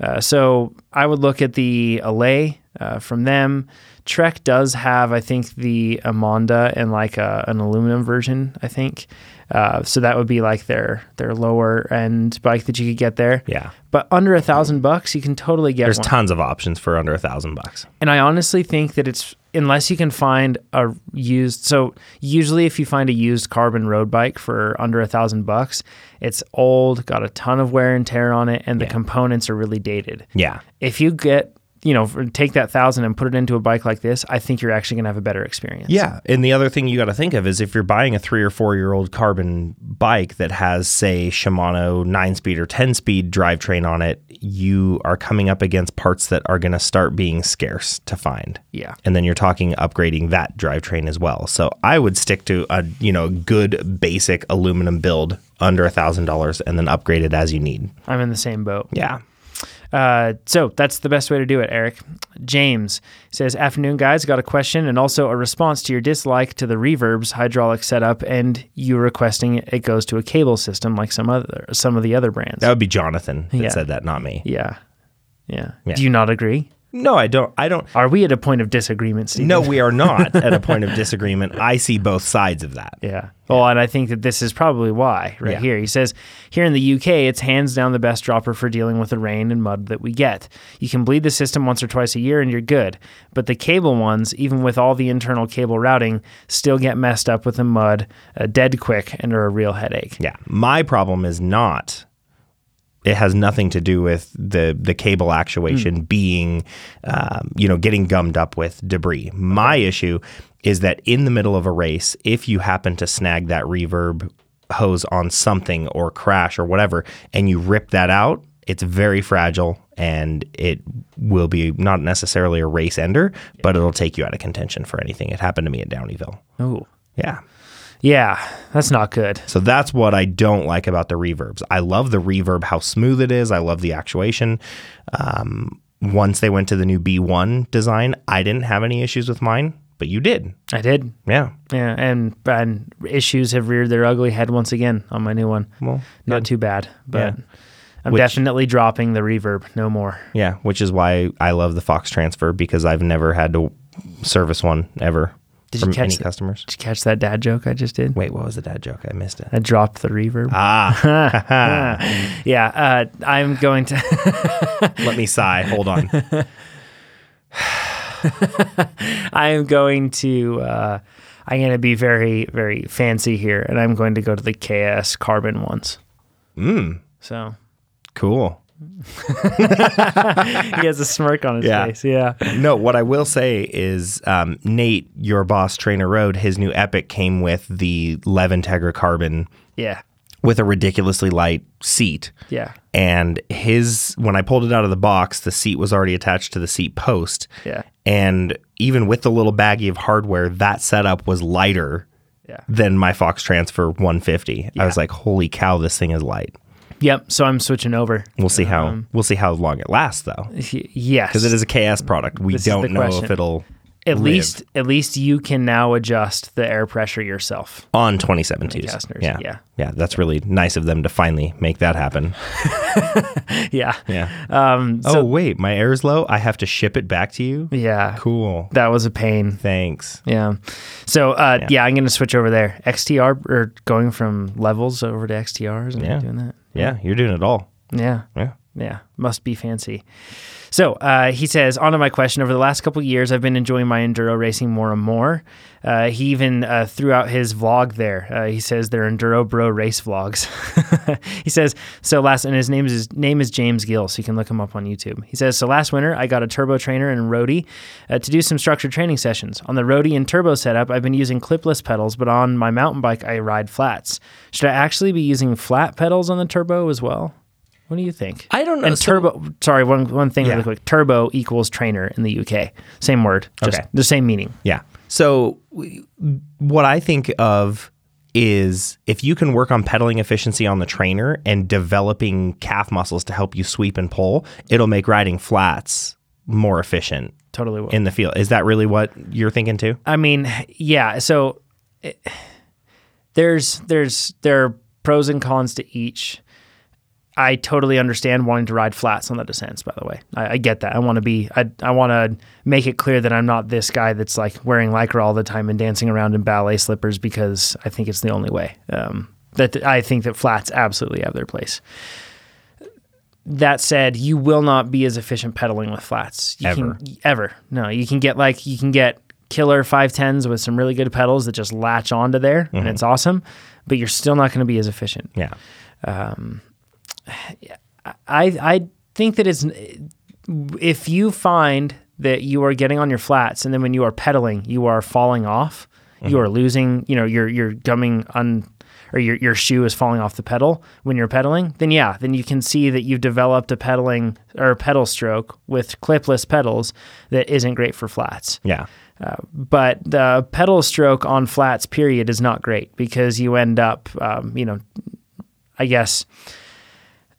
Uh, so I would look at the Allay uh, from them. Trek does have, I think, the Amanda and like a, an aluminum version, I think. Uh, so that would be like their their lower end bike that you could get there.
Yeah.
But under a thousand bucks, you can totally get
There's
one.
tons of options for under a thousand bucks.
And I honestly think that it's unless you can find a used. So usually, if you find a used carbon road bike for under a thousand bucks, it's old, got a ton of wear and tear on it, and the components are really dated.
Yeah.
If you get you know for- take that thousand and put it into a bike like this, I think you're actually gonna have a better experience.
Yeah. And the other thing you got to think of is if you're buying a three or four year old carbon bike that has, say, Shimano nine speed or 10 speed drivetrain on it, you are coming up against parts that are going to start being scarce to find.
Yeah.
And then you're talking upgrading that drivetrain as well. So I would stick to a, you know, good basic aluminum build under a thousand dollars and then upgrade it as you need.
I'm in the same boat.
Yeah.
Uh, so that's the best way to do it, Eric. James says, Afternoon, guys. Got a question and also a response to your dislike to the Reverb's hydraulic setup and you requesting it goes to a cable system like some other some of the other brands.
That would be Jonathan that
Yeah.
said that, not me.
Yeah. yeah.
Yeah.
Do you not agree?
No, I don't. I don't.
Are we at a point of disagreement, Steve?
No, we are not at
*laughs*
a point of disagreement. I see both sides of that.
Yeah. Well, and I think that this is probably why right
Yeah.
here. He says, here in the UK, it's hands down the best dropper for dealing with the rain and mud that we get. You can bleed the system once or twice a year and you're good. But the cable ones, even with all the internal cable routing, still get messed up with the mud uh, dead quick and are a real headache.
Yeah. My problem is not it has nothing to do with the the cable actuation being um, you know getting gummed up with debris. My issue is that in the middle of a race, if you happen to snag that reverb hose on something or crash or whatever and you rip that out, it's very fragile and it will be not necessarily a race ender, but it'll take you out of contention for anything. It happened to me at Downeyville.
Oh.
Yeah.
Yeah, that's not good.
So that's what I don't like about the reverbs. I love the reverb, how smooth it is. I love the actuation. Um, once they went to the new B1 design, I didn't have any issues with mine, but you did.
I did.
Yeah.
Yeah, and and issues have reared their ugly head once again on my new one.
Well,
not too bad, but
Yeah.
I'm
Which-
definitely dropping the reverb. No more.
Yeah. Which is why I love the Fox Transfer because I've never had to service one ever
Did you
from
catch
any
the-
customers.
Did you catch that dad joke I just did?
Wait, what was the dad joke? I missed it.
I dropped the reverb.
Ah,
*laughs* yeah, uh, I'm going to. *laughs*
let me sigh. Hold *laughs* on.
I am going to. Uh, I'm going to be very, very fancy here, and I'm going to go to the KS Carbon ones.
Hmm.
Mm. So
Cool.
he has a smirk on his
*laughs* Yeah.
face. Yeah.
no, what I will say is um, Nate, your boss, Trainer Road, his new Epic came with the Lev Integra Carbon
Yeah.
with a ridiculously light seat.
Yeah.
And his, when I pulled it out of the box, the seat was already attached to the seat post.
Yeah.
And even with the little baggie of hardware, that setup was lighter
Yeah.
than my Fox Transfer 150. I was like, holy cow, this thing is light.
Yep. So I'm switching over.
We'll see how
Um,
we'll see how long it lasts though,
Y- Yes.
because it is a KS product. We
This is the
don't know if
question.
it'll
At
live.
least, at least you can now adjust the air pressure yourself. *laughs*
on 2017s.
Castners,
Yeah.
yeah.
Yeah. That's really nice of them to finally make
*laughs*
that happen.
Yeah.
Yeah.
Um,
oh, wait. My air's low. I have to ship it back to you.
Yeah.
Cool.
That was a pain.
Thanks.
Yeah. So uh, yeah. I'm going to switch over there. XTR or going from levels over to XTRs and
Yeah.
doing that.
Yeah. You're doing it all.
Yeah.
Yeah.
Yeah, must be fancy. So uh, he says, on to my question. Over the last couple of years, I've been enjoying my enduro racing more and more. Uh, he even uh, threw out his vlog there. Uh, he says they're enduro bro race vlogs. *laughs* he says so last, and his name is his name is James Gill, so you can look him up on YouTube. He says so last winter I got a turbo trainer and roadie uh, to do some structured training sessions. On the roadie and turbo setup, I've been using clipless pedals, but on my mountain bike I ride flats. Should I actually be using flat pedals on the turbo as well? What do you think?
I don't know.
And
So-
turbo. sorry, one one thing
Yeah.
really quick. Turbo equals trainer in the UK. Same word, just
Okay.
the same meaning.
Yeah. So we, what I think of is if you can work on pedaling efficiency on the trainer and developing calf muscles to help you sweep and pull, it'll make riding flats more efficient
Totally. What
in the field. Is that really what you're thinking too?
I mean, yeah. So it- there's there's there are pros and cons to each. I totally understand wanting to ride flats on the descents. By the way, I, I get that. I want to be. I I want to make it clear that I'm not this guy that's like wearing lycra all the time and dancing around in ballet slippers because I think it's the only way. Um, that I think that flats absolutely have their place. That said, you will not be as efficient pedaling with flats. You
Ever.
Can, ever. No, you can get like, you can get killer 510s with some really good pedals that just latch onto there and it's awesome, but you're still not going to be as efficient.
Yeah.
I, I think that it's, if you find that you are getting on your flats and then when you are pedaling, you are falling off, you are losing, you know, you're, you're gumming un, or your, your shoe is falling off the pedal when you're pedaling, then yeah, then you can see that you've developed a pedaling or a pedal stroke with clipless pedals that isn't great for flats
Yeah.
but the pedal stroke on flats period is not great because you end up um, you know i guess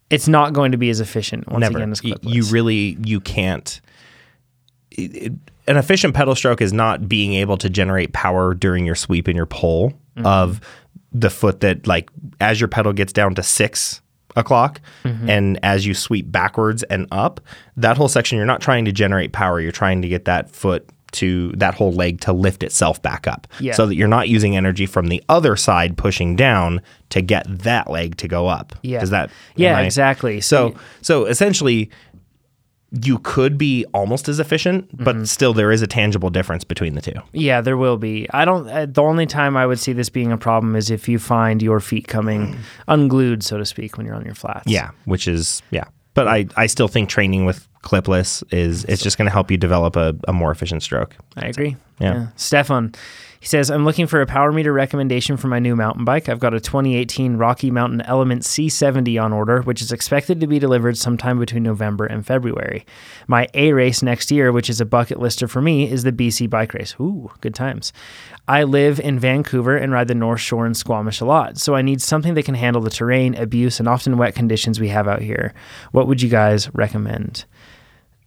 it's not going to be as efficient once
Never.
again as
Y-
clipless.
You really you can't it- it- an efficient pedal stroke is not being able to generate power during your sweep and your pull
Mm-hmm.
of the foot that like as your pedal gets down to six o'clock
Mm-hmm.
and as you sweep backwards and up that whole section you're not trying to generate power you're trying to get that foot to that whole leg to lift itself back up
Yeah.
so that you're not using energy from the other side pushing down to get that leg to go up
Yeah.
does that
Yeah,
am I-
exactly. So
so so essentially you could be almost as efficient, but still there is a tangible difference between the two.
yeah there will be i don't uh, the only time i would see this being a problem is if you find your feet
Mm.
coming unglued so to speak when you're on your flats
Which is yeah. But I, I still think training with clipless is it's just gonna help you develop a, a more efficient stroke.
I agree.
Yeah.
Stefan, he says, I'm looking for a power meter recommendation for my new mountain bike. I've got a 2018 Rocky Mountain Element C70 on order, which is expected to be delivered sometime between November and February. My A race next year, which is a bucket lister for me, is the BC bike race. Ooh, good times. I live in Vancouver and ride the North Shore and Squamish a lot, so I need something that can handle the terrain, abuse, and often wet conditions we have out here. What would you guys recommend?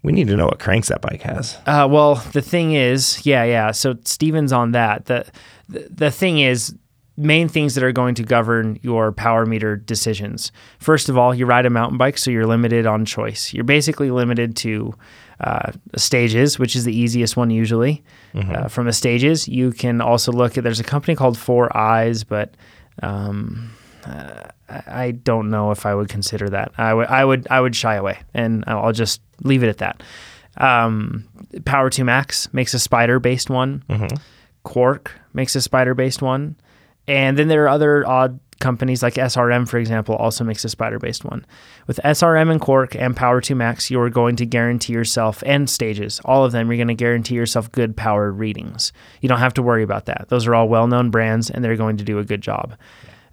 We need to know what cranks that bike has.
Uh, well, the thing is, yeah, yeah. So Steven's on that. The, the the thing is, main things that are going to govern your power meter decisions. First of all, you ride a mountain bike, so you're limited on choice. You're basically limited to uh, stages, which is the easiest one usually. Uh, from the stages, you can also look at. There's a company called Four Eyes, but I don't know if I would consider that. I would, I would, I would shy away, and I'll I'll just leave it at that. Um, Power Two Max makes a spider-based one. Quark makes a spider-based one, and then there are other odd companies like SRM, for example, also makes a spider-based one. With SRM and Quark and Power Two Max, you are going to guarantee yourself and stages, all of them. You're going to guarantee yourself good power readings. You don't have to worry about that. Those are all well-known brands, and they're going to do a good job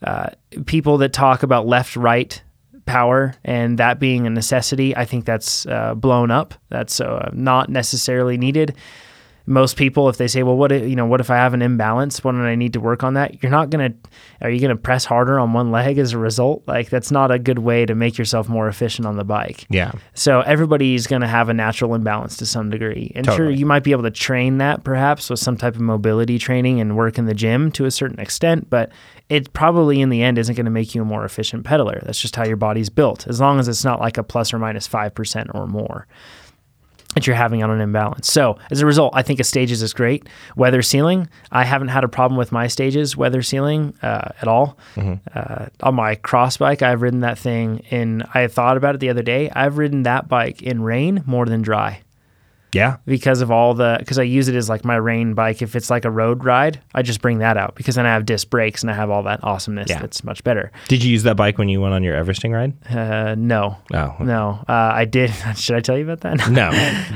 uh, people that talk about left right power and that being a necessity, I think that's uh, blown up. That's uh, not necessarily needed. Most people, if they say, "Well, what if, you know, what if I have an imbalance? What do I need to work on that?" You're not gonna. Are you gonna press harder on one leg as a result? Like that's not a good way to make yourself more efficient on the bike.
Yeah.
So everybody's going to have a natural imbalance to some degree. And sure,
Totally.
you might be able to train that perhaps with some type of mobility training and work in the gym to a certain extent, but it probably in the end isn't going to make you a more efficient pedaler. That's just how your body's built, as long as it's not like a plus or minus 5% or more that you're having on an imbalance. So as a result, I think a stages is great. Weather sealing, I haven't had a problem with my stages weather sealing uh, at all. Uh, on my cross bike, I've ridden that thing in. I thought about it the other day. I've ridden that bike in rain more than dry
Yeah.
because of all the because I use it as like my rain bike. If it's like a road ride, I just bring that out because then I have disc brakes and I have all that awesomeness.
Yeah.
That's much better.
Did you use that bike when you went on your Everesting ride?
Uh, no,
Oh.
no, uh, *laughs* I did. *laughs* Should I tell you about that?
*laughs* No.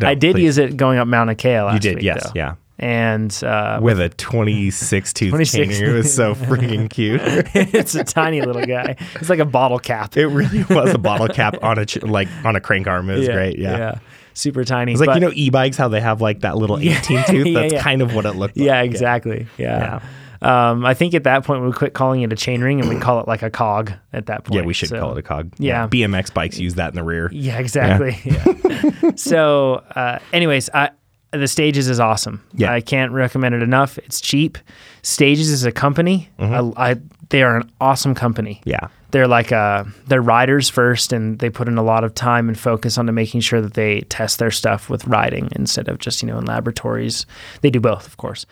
I did use it going up Mount Akea last
You did,
week,
yes,
though.
yeah.
and uh,
with a 26 tooth
26.
canine. It was *laughs* so freaking cute.
*laughs* it's a tiny little guy. It's like a bottle cap.
It really was a bottle cap on a ch- like on a crank arm. It was great. Yeah.
super tiny.
It's like
but-
you know e-bikes how they have like that little 18
*laughs*
tooth.
yeah,
That's
yeah.
kind of what it looked like.
Yeah, exactly. Yeah. Um, I think at that point we quit calling it a chain ring and we call it like a cog. At that point,
Yeah, we should call it a cog.
Yeah.
BMX bikes use that in the rear.
Yeah, exactly. Yeah. *laughs* so, uh, anyways, I, the Stages is awesome.
Yeah.
I can't recommend it enough. It's cheap. Stages is a company. I, I, they are an awesome company.
Mm-hmm. Yeah.
They're like uh, they're riders first, and they put in a lot of time and focus onto making sure that they test their stuff with riding instead of just you know in laboratories. They do both, of course.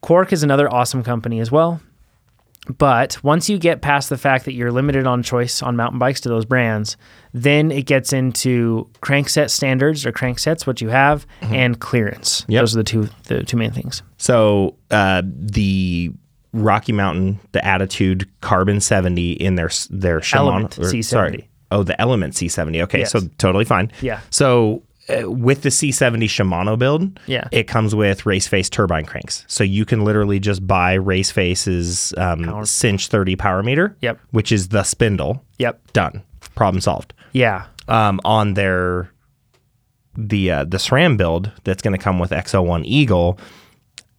Quark is another awesome company as well. But once you get past the fact that you're limited on choice on mountain bikes to those brands, then it gets into crankset standards or cranksets, what you have, and clearance.
Yep.
Those are the two the two main things.
So uh, the Rocky Mountain, the Attitude Carbon 70 in their their Shimano
Element C70.
Sorry. Oh, the Element C70. Okay,
Yes.
so totally fine.
Yeah.
So uh, with the C70 Shimano build,
Yeah.
it comes with race face turbine cranks. So you can literally just buy race faces um, cinch 30 power meter,
Yep.
which is the spindle.
Yep.
Done. Problem solved
Yeah.
um, on their the uh, the SRAM build that's going to come with X01 Eagle,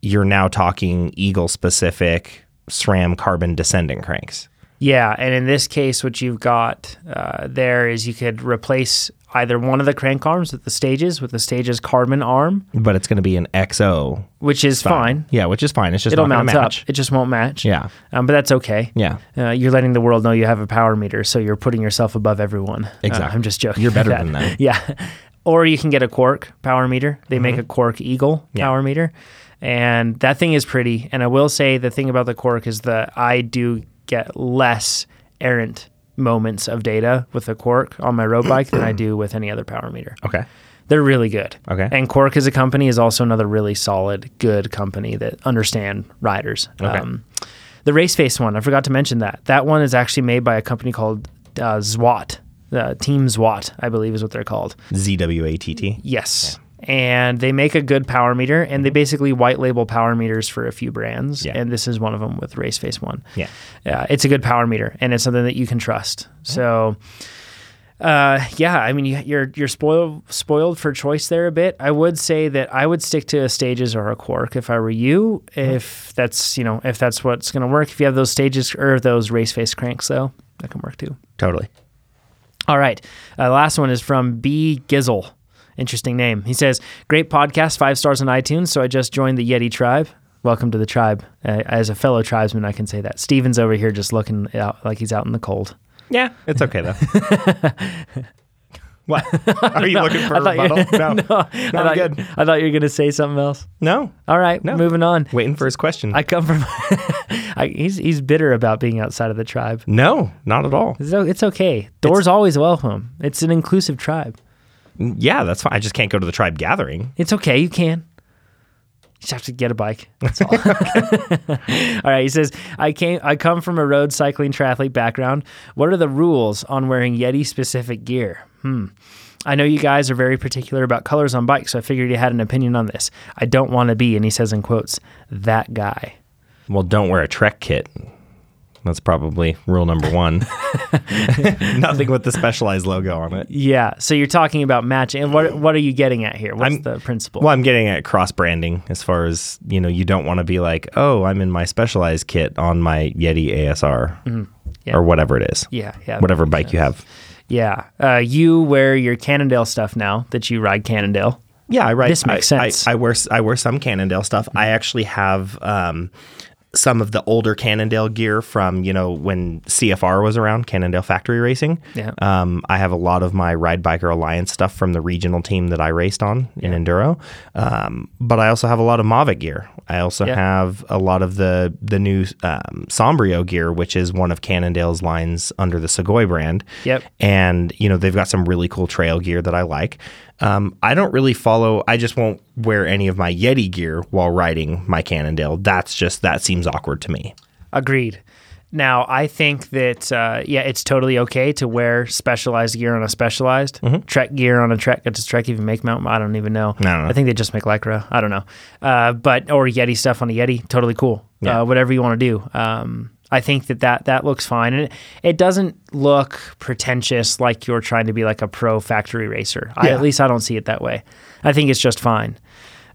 you're now talking Eagle specific SRAM carbon descending cranks.
Yeah, and in this case, what you've got uh, there is you could replace either one of the crank arms with the stages with the stages carbon arm,
But it's going to be an XO.
which is fine.
Yeah, which is fine. It's just
It'll
not gonna
mount
match.
up. It just won't match.
Yeah.
um, but that's okay.
Yeah.
uh, you're letting the world know you have a power meter, so you're putting yourself above everyone. Uh,
Exactly.
I'm just joking.
You're better
about
than
*laughs*
that.
Yeah, or you can get a Quark power meter. They
Mm-hmm.
make a Quark Eagle power meter, and that thing is pretty. And I will say the thing about the Quark is that I do get less errant moments of data with the Quark on my road bike than I do with any other power meter.
Okay.
They're really good.
Okay.
And Quark as a company is also another really solid, good company that understand riders. Um,
Okay.
the race face one, I forgot to mention that. That one is actually made by a company called uh, Zwat, uh, Team Zwat, I believe is what they're called.
ZWATT.
Yes. And they make a good power meter, and they basically white label power meters for a few brands.
Mm-hmm. Yeah.
And this is one of them with Race Face One.
Yeah.
Yeah, it's a good power meter, and it's something that you can trust. So, uh, yeah, I mean, you, you're you're spoiled spoiled for choice there a bit. I would say that I would stick to a stages or a quark if I were you.
Mm-hmm.
If that's you know if that's what's going to work. If you have those stages or those race face cranks though, that can work too.
Totally.
All right. Uh, last one is from B Gizzle. Interesting name. He says, "Great podcast, five stars on iTunes." So I just joined the Yeti tribe. Welcome to the tribe. Uh, as a fellow tribesman, I can say that. Steven's over here just looking out like he's out in the cold.
Yeah, it's okay
*laughs*
though. what? Are you looking for a
thought you-
rebuttal?
*laughs*
No. no,
I
I'm
thought,
good.
I thought you were going to say something else.
No.
All right, moving on.
Waiting for his question.
I come from. *laughs* I, he's he's bitter about being outside of the tribe.
no, not at all.
So it's okay. Doors always welcome. It's an inclusive tribe.
Yeah, that's fine. I just can't go to the tribe gathering.
It's okay. You can. You just have to get a bike. That's all. *laughs* all right. He says, I came. I come from a road cycling triathlete background. What are the rules on wearing Yeti specific gear? Hmm. I know you guys are very particular about colors on bikes, so I figured you had an opinion on this. I don't want to be, and he says in quotes, that guy.
Well, don't wear a Trek kit. That's probably rule number one. *laughs* Nothing with the specialized logo on it.
Yeah. So you're talking about matching. And what what are you getting at here? What's
I'm-
the principle?
Well, I'm getting at cross branding as far as, you know, you don't want to be like, oh, I'm in my specialized kit on my Yeti ASR
Mm-hmm. Yeah.
or whatever it is.
Yeah, yeah, that
Whatever
makes
bike you have.
Yeah. Uh, you wear your Cannondale stuff now that you ride Cannondale.
Yeah, I write.
This makes
I, I-
sense.
I, wear s- I wear some Cannondale stuff. I actually have um, some of the older Cannondale gear from you know when CFR was around, Cannondale Factory Racing.
Yeah.
Um, I have a lot of my Ride Biker Alliance stuff from the regional team that I raced on in enduro. Um, but I also have a lot of Mavic gear. I also
Yeah.
have a lot of the the new um, Sombrio gear, which is one of Cannondale's lines under the Segoy brand
Yep.
and you know they've got some really cool trail gear that I like. Um, I don't really follow. I just won't wear any of my Yeti gear while riding my Cannondale. That's just that seems awkward to me.
Agreed. Now, I think that, uh, yeah, it's totally okay to wear specialized gear on a specialized, Trek gear on a Trek. Does Trek even make mountain? I don't even know.
Mm-hmm. No, no.
I think they just make Lycra. I don't know. Uh, but, or Yeti stuff on a Yeti, totally cool.
Yeah.
Uh, whatever you want to do. Um, I think that, that that looks fine. And it, it doesn't look pretentious like you're trying to be like a pro factory racer. I,
Yeah.
at least I don't see it that way. I think it's just fine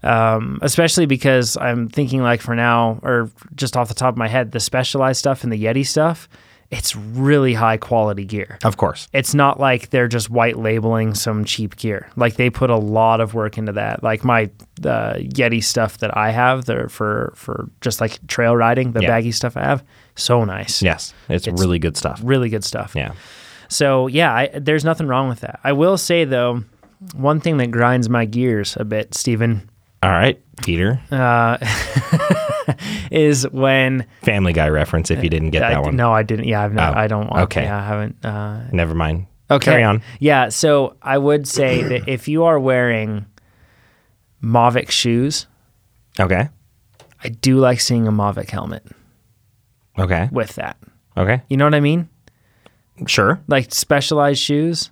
um, especially because I'm thinking like for now, or just off the top of my head, the specialized stuff and the Yeti stuff, it's really high quality gear.
Of course.
It's not like they're just white labeling some cheap gear. Like they put a lot of work into that. Like my uh, Yeti stuff that I have, they're for for just like trail riding, the
Yeah.
baggy stuff I have, so nice.
Yes. It's, really good stuff.
really good stuff.
Yeah.
So yeah, I, there's nothing wrong with that. I will say though, one thing that grinds my gears a bit, Stephen,
All right, Peter.
Uh, is when
Family Guy reference if you didn't get
uh, I-
that one.
No, I didn't. Yeah, I've not.
Oh,
I don't want.
okay.
Yeah, I haven't. Uh,
Never mind.
okay.
Carry on.
Yeah. So I would say
*clears throat*
that if you are wearing Mavic shoes,
Okay.
I do like seeing a Mavic helmet
Okay.
with that.
Okay.
You know what I mean?
Sure.
Like specialized shoes.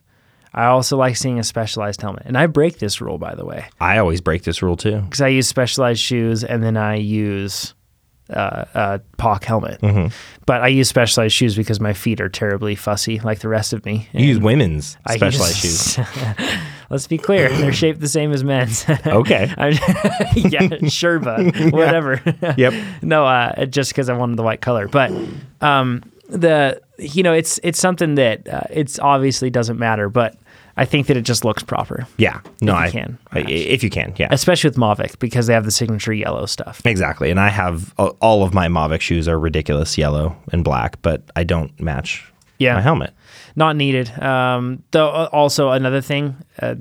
I also like seeing a specialized helmet, and I break this rule by the way
I always break this rule too.
because I use specialized shoes and then I use uh, a POC helmet.
Mm-hmm.
But I use specialized shoes because my feet are terribly fussy, like the rest of me.
You use women's
I
specialized
*laughs*
shoes.
use- Let's be clear, they're shaped the same as men's. *laughs*
Okay.
I'm- yeah, sure, bud. Whatever. *laughs*
Yep.
no, uh, just because I wanted the white color, but um, the you know it's it's something that uh, it's obviously doesn't matter, but I think that it just looks proper,
Yeah. No,
you
I
can,
I,
match.
if you can, yeah.
especially with Mavic because they have the signature yellow stuff.
Exactly. And I have a- all of my Mavic shoes are ridiculous yellow and black, but I don't match
Yeah.
my helmet.
Not needed. Um, though also another thing, uh,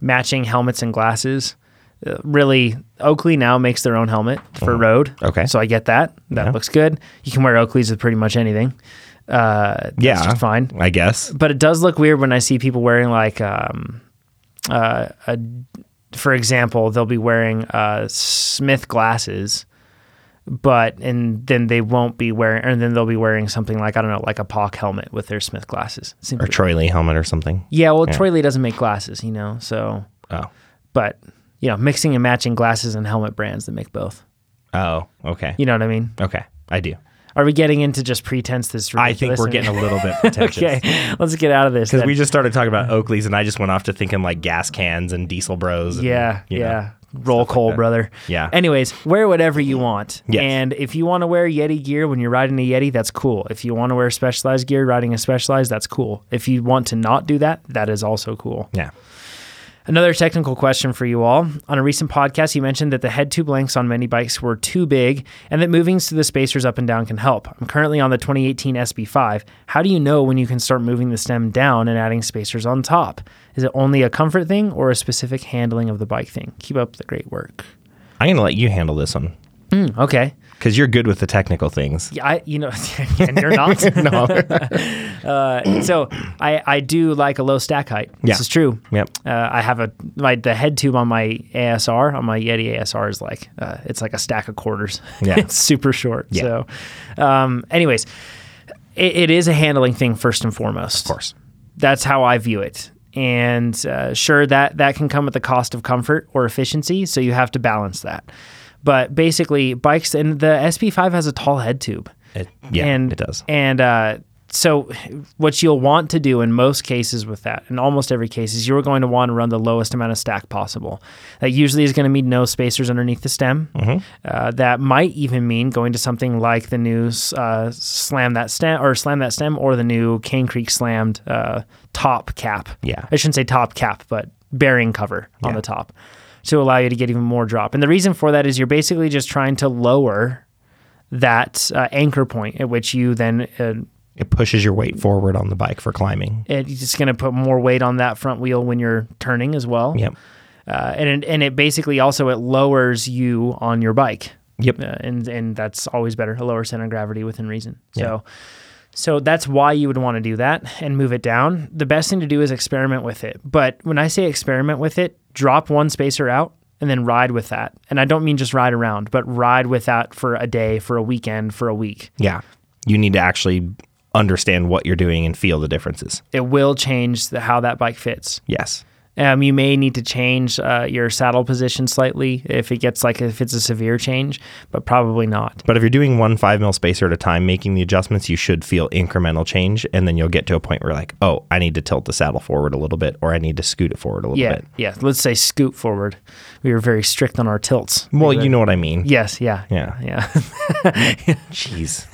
matching helmets and glasses. Uh, really, Oakley now makes their own helmet for road.
Mm-hmm. Okay.
so I get that. That
Yeah.
looks good. You can wear Oakleys with pretty much anything. Uh, that's
Yeah.
just fine.
I guess.
But it does look weird when I see people wearing like, um, uh, a, for example, they'll be wearing uh, Smith glasses, but and then they won't be wearing, and then they'll be wearing something like I don't know, like a POC helmet with their Smith glasses. Seems
Or
weird.
Troy Lee helmet or something.
Yeah, well, Troy Lee doesn't make glasses, you know. So,
Oh.
but you know, mixing and matching glasses and helmet brands that make both.
Oh. Okay.
You know what I mean?
Okay. I do.
Are we getting into just pretense? This
I think
ridiculous
we're
and- *laughs*
getting a little bit pretentious.
okay. Let's get out of this
Because
then.
we just started talking about Oakleys, and I just went off to thinking like gas cans and diesel bros. And,
Yeah,
you know.
yeah. Roll coal, brother.
Yeah.
Anyways, wear whatever you want.
Yes.
And if you want to wear Yeti gear when you're riding a Yeti, that's cool. If you want to wear specialized gear riding a specialized, that's cool. If you want to not do that, that is also cool.
Yeah.
Another technical question for you all. On a recent podcast, you mentioned that the head tube lengths on many bikes were too big and that moving to the spacers up and down can help. I'm currently on the 2018 SB5. How do you know when you can start moving the stem down and adding spacers on top? Is it only a comfort thing or a specific handling of the bike thing? Keep up the great work. Hmm,
I'm going to let you handle this one
Okay.
because you're good with the technical things.
Yeah, I, you know, *laughs* and
*laughs*
you're not. *laughs*
No.
so I, I do like a low stack height.
Yeah.
This is true.
Yep.
Uh, I have a my the head tube on my ASR on my Yeti ASR is like uh, it's like a stack of quarters. *laughs*
Yeah.
it's super short.
Yeah.
So, um, anyways, it, it is a handling thing first and foremost.
Of course.
That's how I view it. And uh, sure, that that can come at the cost of comfort or efficiency, so you have to balance that. But basically, bikes and the SP5 has a tall head tube.
It, yeah.
and
it does.
And uh, so, what you'll want to do in most cases with that, in almost every case, is you're going to want to run the lowest amount of stack possible. That usually is going to mean no spacers underneath the stem.
Mm-hmm.
Uh, that might even mean going to something like the new uh, slam that stem or slam that stem or the new Cane Creek slammed uh, top cap.
Yeah.
I shouldn't say top cap, but bearing cover on the top to allow you to get even more drop. And the reason for that is you're basically just trying to lower that uh, anchor point at which you then uh,
it pushes your weight forward on the bike for climbing.
it's just going to put more weight on that front wheel when you're turning as well.
Yep.
Uh, and it- and it basically also it lowers you on your bike.
Yep.
Uh, and and that's always better. A lower center of gravity within reason. So. So that's why you would want to do that and move it down. The best thing to do is experiment with it. But when I say experiment with it, drop one spacer out and then ride with that. And I don't mean just ride around, but ride with that for a day, for a weekend, for a week
Yeah. You need to actually understand what you're doing and feel the differences.
It will change the, how that bike fits.
Yes.
Um, you may need to change uh, your saddle position slightly if it gets like if it's a severe change, but probably not.
But if you're doing one five mil spacer at a time, making the adjustments, you should feel incremental change. And then you'll get to a point where, like, oh, I need to tilt the saddle forward a little bit, or I need to scoot it forward a little
Yeah,
bit.
yeah. Let's say scoot forward. We were very strict on our tilts.
Well, you know what I mean.
Yes, yeah,
Yeah.
yeah.
Jeez.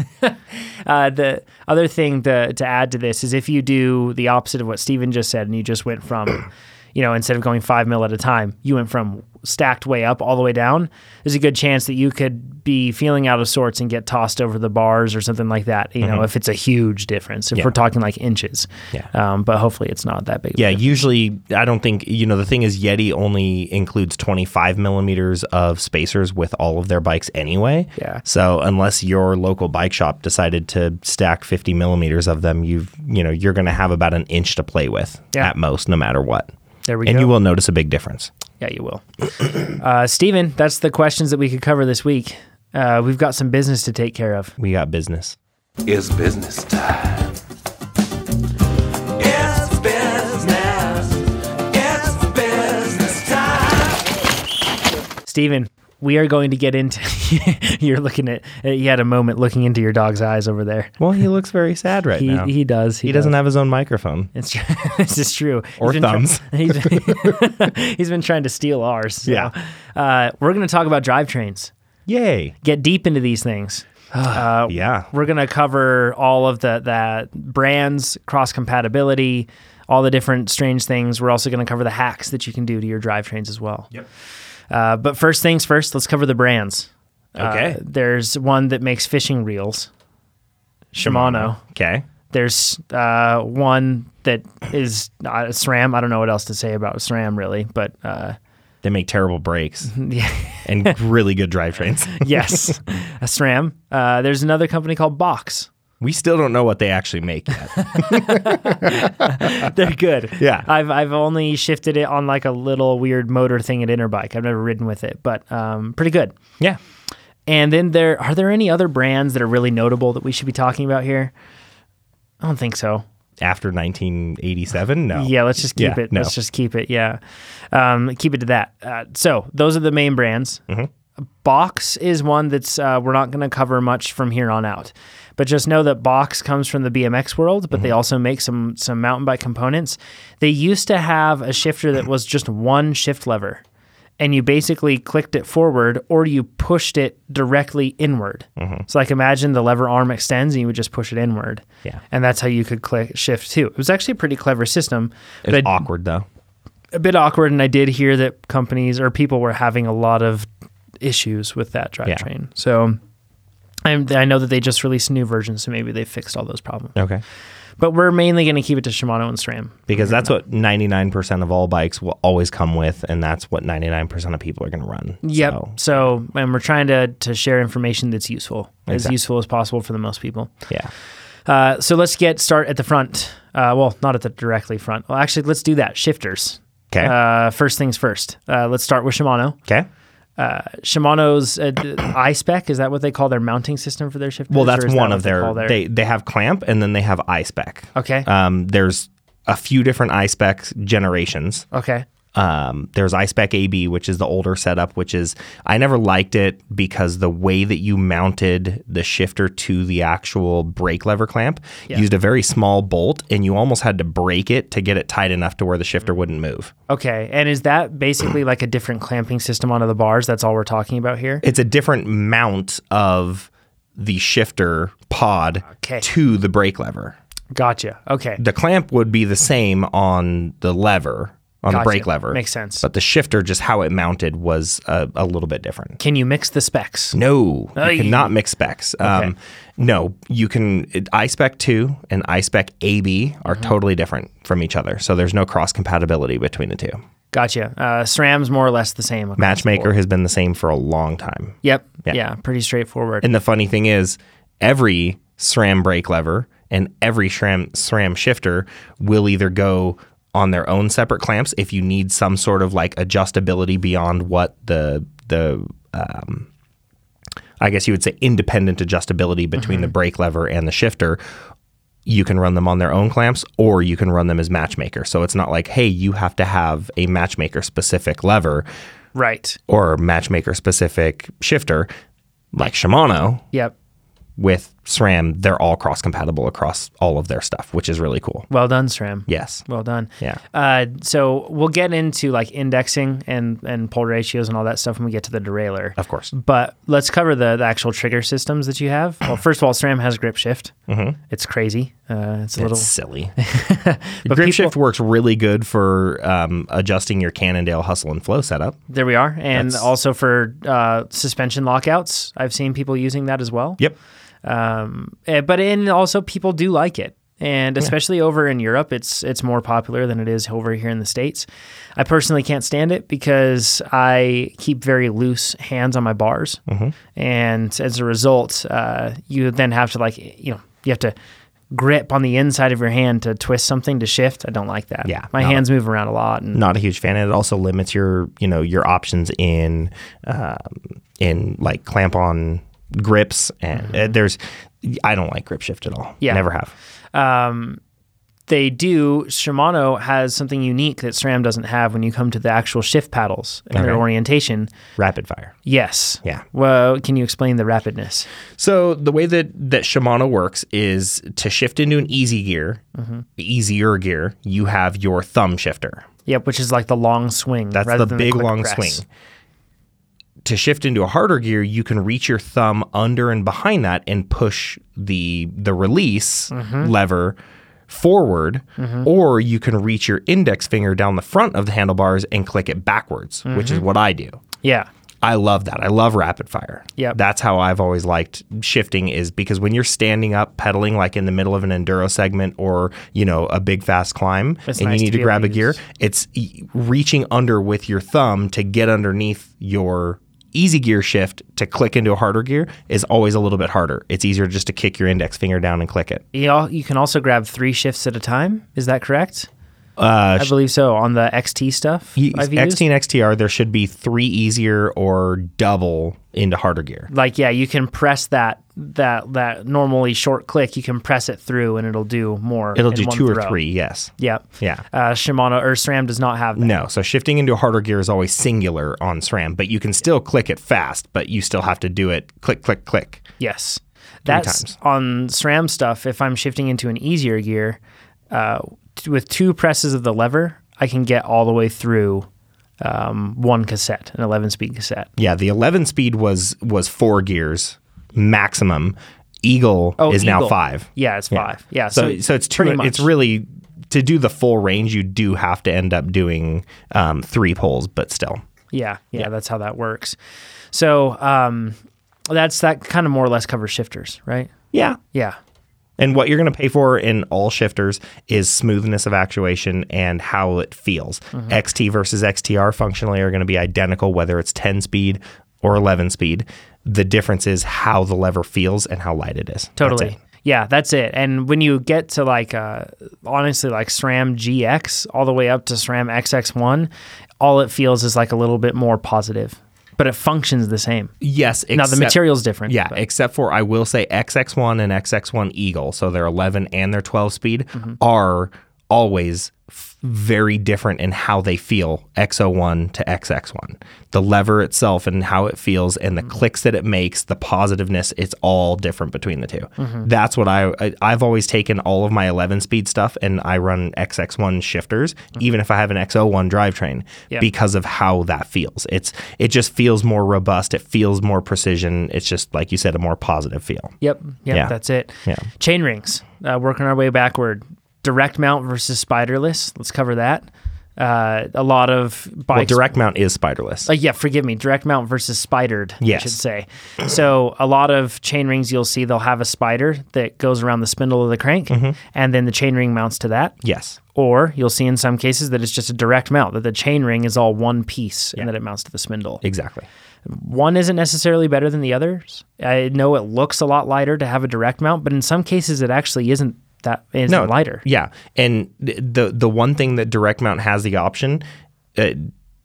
Uh, the other thing to, to add to this is if you do the opposite of what Steven just said and you just went from, *clears throat* you know, instead of going five mil at a time, you went from stacked way up all the way down, there's a good chance that you could be feeling out of sorts and get tossed over the bars or something like that, you know, if it's a huge difference, if
Mm-hmm. Yeah.
we're talking like inches.
Yeah.
Um, but hopefully it's not that big. of a
Yeah,
difference.
usually I don't think you know the thing is Yeti only includes 25 millimeters of spacers with all of their bikes anyway.
Yeah.
So unless your local bike shop decided to stack 50 millimeters of them, you've you know you're going to have about an inch to play with
Yeah.
at most, no matter what.
There we
and
go.
you will notice a big difference.
Yeah, you will. *clears throat* uh, Steven, that's the questions that we could cover this week. Uh, we've got some business to take care of.
We got business.
Is business time.
Steven, we are going to get into. *laughs* you're looking at. You had a moment looking into your dog's eyes over there.
Well, he looks very sad right
He,
now.
he does.
He doesn't have his own microphone.
It's true. *laughs* this is true. *laughs*
Or
He's been try-
thumbs.
he's, he's been *laughs* trying to steal ours. so,
Yeah.
Uh, we're going to talk about drivetrains.
Yay!
Get deep into these things. Uh,
Yeah.
We're going to cover all of the, the brands, cross compatibility, all the different strange things. We're also going to cover the hacks that you can do to your drivetrains as well. Yep. Uh, but first things first, let's cover the brands.
Okay.
Uh, there's one that makes fishing reels, Shimano.
Okay.
There's uh, one that is uh, SRAM. I don't know what else to say about SRAM really, but uh, *laughs*
They make terrible brakes and really good
*laughs*
drivetrains.
yes, a SRAM. Uh, there's another company called Box. *laughs*
we still don't know what they actually make yet.
They're good.
Yeah.
I've I've only shifted it on like a little weird motor thing at Interbike. I've never ridden with it, but um, pretty good.
yeah.
And then there are there any other brands that are really notable that we should be talking about here? I don't think so.
after 1987 no
Yeah, let's just keep
Yeah,
it.
no.
Let's just keep it. Yeah, um, keep it to that. Uh, so those are the main brands.
Mm-hmm.
Box is one that's uh, we're not going to cover much from here on out, but just know that Box comes from the BMX world, but
Mm-hmm.
they also make some some mountain bike components. They used to have a shifter that was just one shift lever, and you basically clicked it forward or you pushed it directly inward.
Mm-hmm.
So like imagine the lever arm extends and you would just push it inward.
Yeah.
and that's how you could click shift too. It was actually a pretty clever system,
it's
but I-
awkward though
a bit awkward. And I did hear that companies or people were having a lot of issues with that drivetrain. So I'm, I know that they just released a new version, so maybe they fixed all those problems.
okay
But we're mainly going to keep it to Shimano and SRAM.
because that's what 99% of all bikes will always come with and that's what 99% of people are going to run
Yep.
So,
So, and we're trying to to share information that's useful, as
Exact-
useful as possible for the most people.
yeah
Uh, so let's get start at the front. Uh, well, not at the directly front. Well, actually, let's do that. Shifters.
'Kay.
Uh, first things first. Uh, let's start with Shimano.
okay
Shimano's uh, d- iSpec is that what they call their mounting system for their shifters?
well
or
that's
is that
one
what
of
they
their
call
they, they have clamp and then they have iSpec
Okay.
um there's a few different iSpec generations
okay.
Um, there's iSpec AB, which is the older setup, which is I never liked it because the way that you mounted the shifter to the actual brake lever clamp used a very small bolt, and you almost had to break it to get it tight enough to where the shifter wouldn't move.
Okay. And is that basically like a different clamping system onto the bars? That's all we're talking about here.
It's a different mount of the shifter pod
Okay.
to the brake lever.
Gotcha. Okay.
The clamp would be the same on the lever. On
Gotcha.
the brake lever.
Makes sense.
But the shifter, just how it mounted, was a, a little bit different.
Can you mix the specs?
No,
Ay.
you cannot mix specs. Um,
Okay.
No, you can. iSpec 2 and iSpec AB are
Uh-huh.
totally different from each other. So there's no cross compatibility between the two.
Gotcha. Uh, SRAM's more or less the same.
Matchmaker has been the same for a long time.
Yep. Yeah.
Yeah.
pretty straightforward.
And the funny thing is, every SRAM brake lever and every SRAM, SRAM shifter will either go on their own separate clamps if you need some sort of like adjustability beyond what the the um, I guess you would say independent adjustability between the brake lever and the shifter. You can run them on their own clamps or you can run them as matchmaker. So it's not like, hey, you have to have a matchmaker specific lever
Right.
or matchmaker specific shifter like Shimano
Yep.
with SRAM. They're all cross compatible across all of their stuff, which is really cool.
Well done, SRAM.
Yes.
Well done.
Yeah.
Uh, so we'll get into like indexing and and pole ratios and all that stuff when we get to the derailleur.
Of course.
But let's cover the, the actual trigger systems that you have. Well, first of all, SRAM has grip shift. Mm-hmm. It's crazy. Uh, it's a little
It's silly.
*laughs* but
grip
people-
shift works really good for um, adjusting your Cannondale hustle and flow setup.
There we are, and
That's-
also for uh, suspension lockouts, I've seen people using that as well.
Yep.
Um, eh, but and also people do like it, and especially over in Europe, it's it's more popular than it is over here in the states. I personally can't stand it because I keep very loose hands on my bars,
Mm-hmm.
and as a result, uh, you then have to like you know you have to grip on the inside of your hand to twist something to shift. I don't like that.
Yeah,
my
not-
hands move around a lot, and
Not a huge fan. It also limits your, you know, your options in, um in like clamp on grips and uh, there's, I don't like grip shift at all.
Mm-hmm. Yeah.
Never have.
they do, Shimano has something unique that SRAM doesn't have when you come to the actual shift paddles and their
Okay.
orientation.
Rapid fire.
Yes.
Yeah.
Well, can you explain the rapidness?
So the way that that Shimano works is to shift into an easy gear,
Mm-hmm.
easier gear. You have your thumb shifter.
Yep, which is like the long swing.
That's
rather
the
than
big
quick
long
press.
swing. To shift into a harder gear, you can reach your thumb under and behind that and push the the release
Mm-hmm.
lever forward, or you can reach your index finger down the front of the handlebars and click it backwards, which is
Mm-hmm.
what I do.
Yeah.
I love that. I love rapid fire.
Yep.
That's how I've always liked shifting is because when you're standing up pedaling like in the middle of an enduro segment or, you know, a big fast climb
It's
and
nice to
you need to,
be able
grab
to
a gear,
use-
it's e- reaching under with your thumb to get underneath your easy gear shift to click into a harder gear is always a little bit harder. It's easier just to kick your index finger down and click it.
You, all, you can also grab three shifts at a time. Is that correct?
Uh,
I believe so. On the XT stuff,
y-
I've
XT
used.
and XTR, there should be three easier or double into harder gear.
Like yeah, you can press that that that normally short click. You can press it through, and it'll do more.
It'll
in
do
one
two or
throw.
three, yes.
Yep.
Yeah.
Uh, Shimano or SRAM does not have that.
No, so shifting into a harder gear is always singular on SRAM, but you can still click it fast, but you still have to do it click, click, click.
Yes. That's
times.
on SRAM stuff. If I'm shifting into an easier gear, uh, t- with two presses of the lever, I can get all the way through um, one cassette, an 11 speed cassette.
Yeah, the 11 speed was was four gears maximum. Eagle is now
Oh, Eagle.
five.
Yeah, it's five. Yeah.
So so it's two,
pretty much.
it's really to do the full range, you do have to end up doing um, three poles, but still.
Yeah, yeah, that's how that works. So um, that's that kind of more or less covers shifters, right?
Yeah.
Yeah.
And what you're going to pay for in all shifters is smoothness of actuation and how it feels.
Mm-hmm.
XT versus XTR functionally are going to be identical whether it's 10 speed or 11 speed. The difference is how the lever feels and how light it is. That's
Totally.
it.
yeah, that's it. And when you get to like, uh, honestly, like SRAM GX all the way up to SRAM XX1, all it feels is like a little bit more positive, but it functions the same.
Yes.
now the
except-
material's different.
Yeah,
but-
except for I will say XX1 and XX1 Eagle, so their 11 and their 12 speed
Mm-hmm.
are always f- very different in how they feel XO1 to XX1. The lever itself and how it feels and
Mm-hmm.
the clicks that it makes, the positiveness, it's all different between the 2 That's what I, I I've always taken all of my 11 speed stuff and I run XX1 shifters even if I have an XO1 drivetrain
Yeah.
because of how that feels. It's it just feels more robust. It feels more precision. It's just like you said, a more positive feel.
Yep. Yep.
Yeah.
That's it.
Yeah.
Chain rings. Uh, working our way backward. Direct mount versus spiderless. Let's cover that. Uh, a lot of
Well,
bikes.
direct mount is spiderless.
Uh, yeah, forgive me. Direct mount versus spidered, I
Yes.
should say. So a lot of chain rings you'll see they'll have a spider that goes around the spindle of the crank, and then the chain ring mounts to that.
yes.
Or you'll see in some cases that it's just a direct mount that the chain ring is all one piece and that it mounts to the spindle.
Exactly.
One isn't necessarily better than the others. I know it looks a lot lighter to have a direct mount, but in some cases it actually isn't that isn't lighter.
Yeah. And th- the the one thing that direct mount has the option, uh,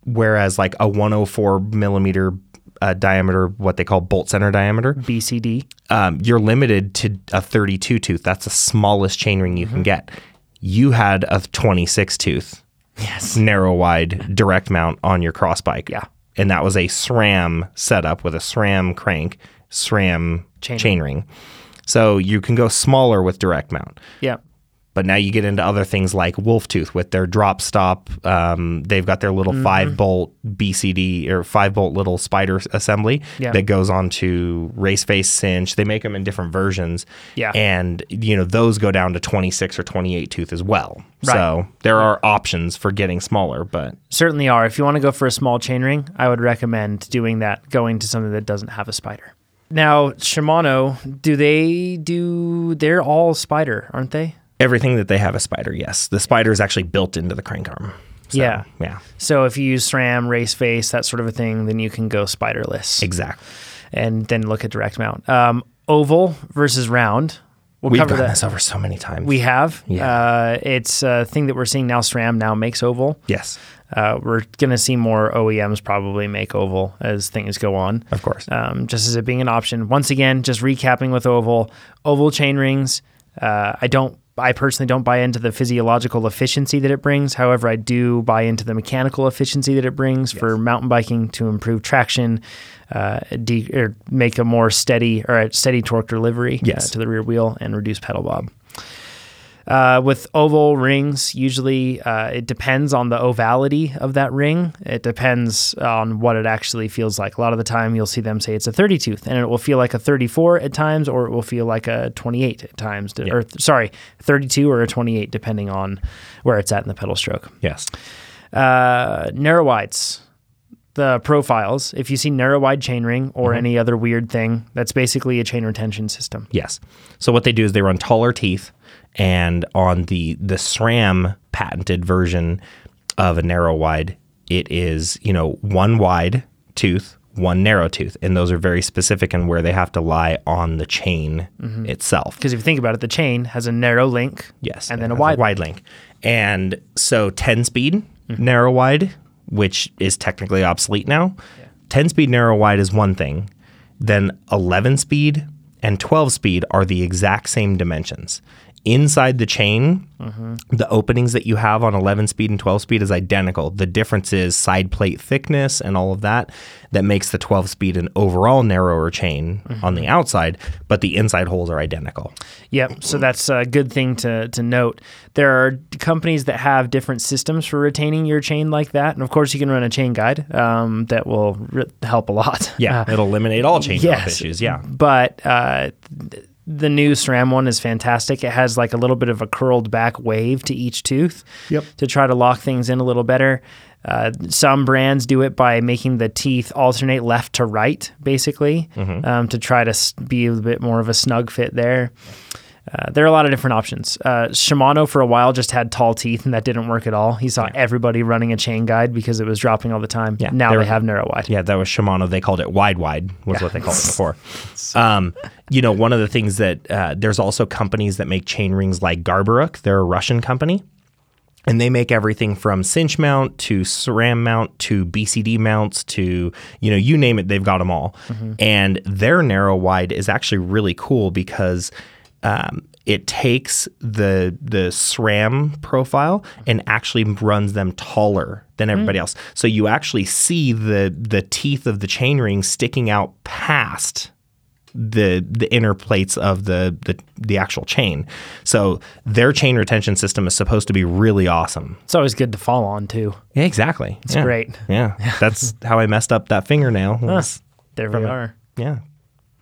whereas like a 104 millimeter uh, diameter, what they call bolt center diameter,
BCD.
um, you're limited to a 32 tooth. That's the smallest chainring you can get. You had a 26 tooth, yes, narrow wide direct mount on your cross bike.
Yeah.
and that was a SRAM setup with a SRAM crank, SRAM
Chainring.
chainring. So you can go smaller with direct mount.
Yeah.
But now you get into other things like Wolftooth with their drop stop. Um, they've got their little
Mm-hmm.
five bolt BCD or five bolt little spider s- assembly
Yeah.
that goes onto race face cinch. They make them in different versions.
Yeah.
And, you know, those go down to 26 or 28 tooth as well.
Right.
So there are options for getting smaller, but
Certainly are. If you want to go for a small chain ring, I would recommend doing that, going to something that doesn't have a spider. Now, Shimano, do they do, they're all spider, aren't they?
everything that they have a spider, yes. The spider is actually built into the crank arm. So,
Yeah.
Yeah.
So if you use SRAM, race face, that sort of a thing, then you can go spiderless
Exactly.
and then look at direct mount. Um, oval versus round. We'll
We've
cover
done
that.
this over so many times.
We have.
Yeah.
Uh, it's a thing that we're seeing now. SRAM now makes oval.
yes.
Uh, we're going to see more OEMs probably make oval as things go on.
Of course.
Um, just as it being an option. Once again, just recapping with oval, oval chain rings. Uh, I don't. I personally don't buy into the physiological efficiency that it brings. However, I do buy into the mechanical efficiency that it brings for mountain biking to improve traction, uh, de- or make a more steady or a steady torque delivery uh,
Yes.
to the rear wheel and reduce pedal bob. Uh, with oval rings, usually uh, it depends on the ovality of that ring. It depends on what it actually feels like. A lot of the time, you'll see them say it's a 30 tooth, and it will feel like a 34 at times, or it will feel like a 28 at times, or th- sorry, 32 or a 28, depending on where it's at in the pedal stroke.
yes.
Uh, narrow wides, the profiles. If you see narrow wide chainring or any other weird thing, that's basically a chain retention system.
Yes. So what they do is they run taller teeth, and on the the SRAM patented version of a narrow wide, it is you know one wide tooth, one narrow tooth, and those are very specific in where they have to lie on the chain itself.
Because if you think about it, the chain has a narrow link,
Yes.
and
it
then a
has
wide
wide link. And so 10 speed
Mm-hmm.
narrow wide, which is technically obsolete now. 10 speed narrow wide is one thing. Then 11 speed and 12 speed are the exact same dimensions. Inside the chain,
Mm-hmm.
the openings that you have on 11 speed and 12 speed is identical. The difference is side plate thickness and all of that that makes the 12 speed an overall narrower chain on
Mm-hmm.
the outside, but the inside holes are identical.
Yep. So that's a good thing to, to note. There are companies that have different systems for retaining your chain like that. And of course, you can run a chain guide um, that will re- help a lot.
Yeah,
Uh,
it'll eliminate all chain drop
yes.
issues. Yeah,
but uh, th- the new SRAM one is fantastic. It has like a little bit of a curled back wave to each tooth
Yep.
to try to lock things in a little better. Uh, some brands do it by making the teeth alternate left to right, basically,
Mm-hmm.
um, to try to s- be a bit more of a snug fit there. Uh, there are a lot of different options. Uh, Shimano for a while just had tall teeth, and that didn't work at all. He saw everybody running a chain guide because it was dropping all the time.
Yeah,
now
there-
they have narrow wide.
yeah, that was Shimano. They called it wide wide was what they called it before. Um, you know, one of the things that uh, there's also companies that make chain rings like Garbaruk. They're a Russian company, and they make everything from cinch mount to SRAM mount to BCD mounts to you know you name it. They've got them all, and their narrow wide is actually really cool because. Um, it takes the the SRAM profile and actually runs them taller than everybody else. So you actually see the the teeth of the chainring sticking out past the the inner plates of the, the the actual chain. So their chain retention system is supposed to be really awesome.
It's always good to fall on too.
Yeah, exactly. It's
great.
*laughs* Yeah. That's how I messed up that fingernail. was-
There we are.
Yeah.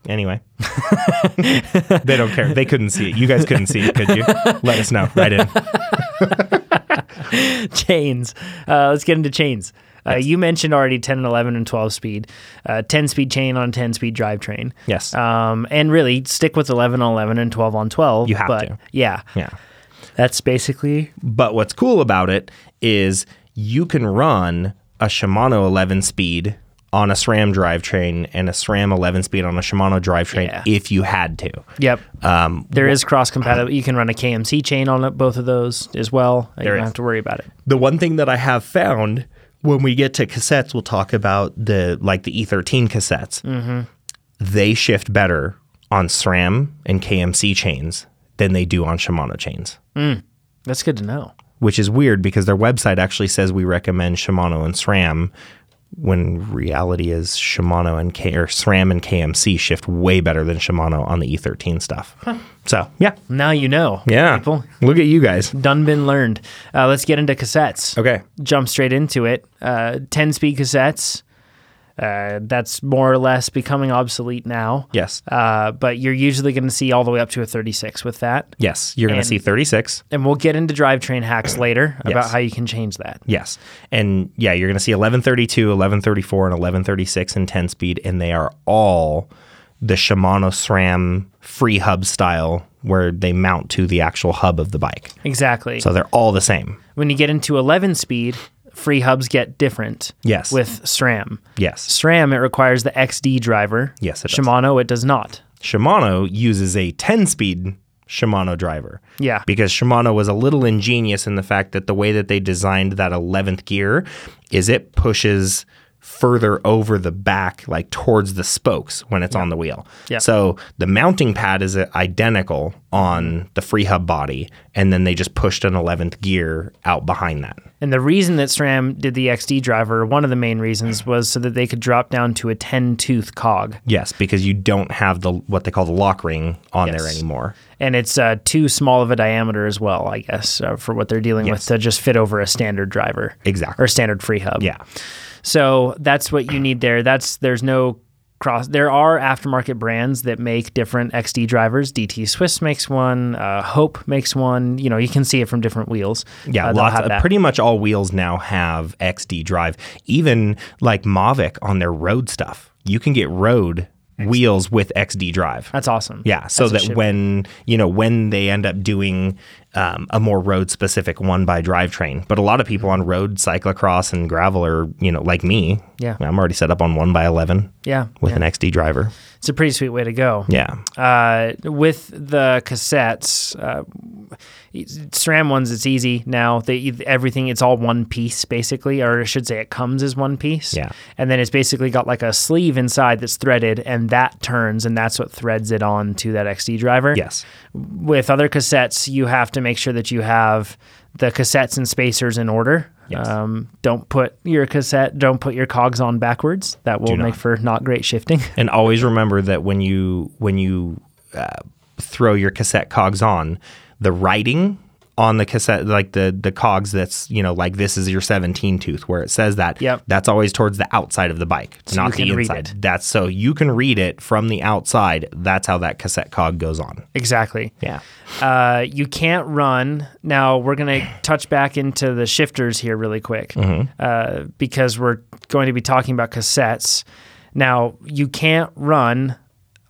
Anyway, *laughs* they don't care. They couldn't see it. You guys couldn't see it, could you? Let us know. Right *laughs*
*laughs*
in.
chains. Uh, let's get into chains. Uh, You mentioned already 10 and 11 and 12 speed, uh, 10 speed chain on 10 speed drivetrain.
Yes.
Um, and really stick with 11 on 11 and 12 on 12.
You have
but
to.
Yeah.
Yeah.
That's basically
But what's cool about it is you can run a Shimano 11 speed on a SRAM drivetrain and a SRAM 11 speed on a Shimano drivetrain
Yeah.
if you had to.
Yep.
Um,
there is cross compatible. You can run a KMC chain on both of those as well. You don't
is.
have to worry about it.
the one thing that I have found when we get to cassettes, we'll talk about the like the E13 cassettes.
Mm-hmm.
They shift better on SRAM and KMC chains than they do on Shimano chains,
That's good to know.
which is weird because their website actually says we recommend Shimano and SRAM when reality is Shimano and K or SRAM and KMC shift way better than Shimano on the E13 stuff. So, yeah.
Now you know.
Yeah.
People.
Look at you guys.
Done been learned. Uh, let's get into cassettes.
Okay.
Jump straight into it. Uh, 10 speed cassettes. Uh, that's more or less becoming obsolete now.
Yes.
Uh, but you're usually going to see all the way up to a 36 with that.
yes. You're going
and-
to see 36.
And we'll get into drivetrain hacks later about
Yes.
how you can change that.
Yes. And yeah, you're going to see 1132, 1134, and 1136 in 10 speed, and they are all the Shimano SRAM free hub style where they mount to the actual hub of the bike.
Exactly.
So they're all the same.
when you get into 11 speed, free hubs get different.
Yes.
With SRAM.
Yes.
SRAM, it requires the XD driver.
Yes, it does.
Shimano, it does not.
Shimano uses a 10 speed Shimano driver.
Yeah.
Because Shimano was a little ingenious in the fact that the way that they designed that 11th gear is it pushes further over the back, like towards the spokes when it's on the wheel.
Yeah.
So the mounting pad is uh, identical on the free hub body, and then they just pushed an 11th gear out behind that.
And the reason that SRAM did the XD driver, one of the main reasons was so that they could drop down to a 10 tooth cog.
Yes, because you don't have the what they call the lock ring on there
Yes.
anymore.
And it's uh, too small of a diameter as well, I guess, uh, for what they're dealing with to just fit over a standard driver.
Exactly.
Or standard free hub.
Yeah.
So that's what you need there. That's there's no cross. There are aftermarket brands that make different XD drivers. DT Swiss makes one. Uh, Hope makes one. You know, you can see it from different wheels.
Yeah,
Uh, they'll
lots
have
of,
that.
pretty much all wheels now have XD drive. Even like Mavic on their road stuff, you can get road wheels with XD drive.
That's awesome.
yeah, so
That's what
that
should-
when you know when they end up doing um, a more road specific one by drivetrain, but a lot of
Mm-hmm.
people on road cyclocross and gravel are you know like me.
Yeah.
I'm already set up on one by eleven
yeah,
with
yeah.
an XD driver.
it's a pretty sweet way to go.
Yeah,
uh, with the cassettes, uh, SRAM ones, it's easy now. They everything it's all one piece basically, or I should say, it comes as one piece.
Yeah.
and then it's basically got like a sleeve inside that's threaded, and that turns, and that's what threads it on to that XD driver.
yes,
With other cassettes, you have to make sure that you have the cassettes and spacers in order.
Yes.
Um, don't put your cassette, don't put your cogs on backwards. That will
not.
make for not great shifting. *laughs*
and always remember that when you when you uh, throw your cassette cogs on the writing on the cassette like the the cogs that's you know like this is your 17 tooth where it says that
Yep.
that's always towards the outside of the bike
you
not the
can read
inside
it.
that's so you can read it from the outside that's how that cassette cog goes on
exactly.
yeah
Uh, you can't run. Now we're gonna touch back into the shifters here really quick
Mm-hmm.
uh, because we're going to be talking about cassettes. Now you can't run.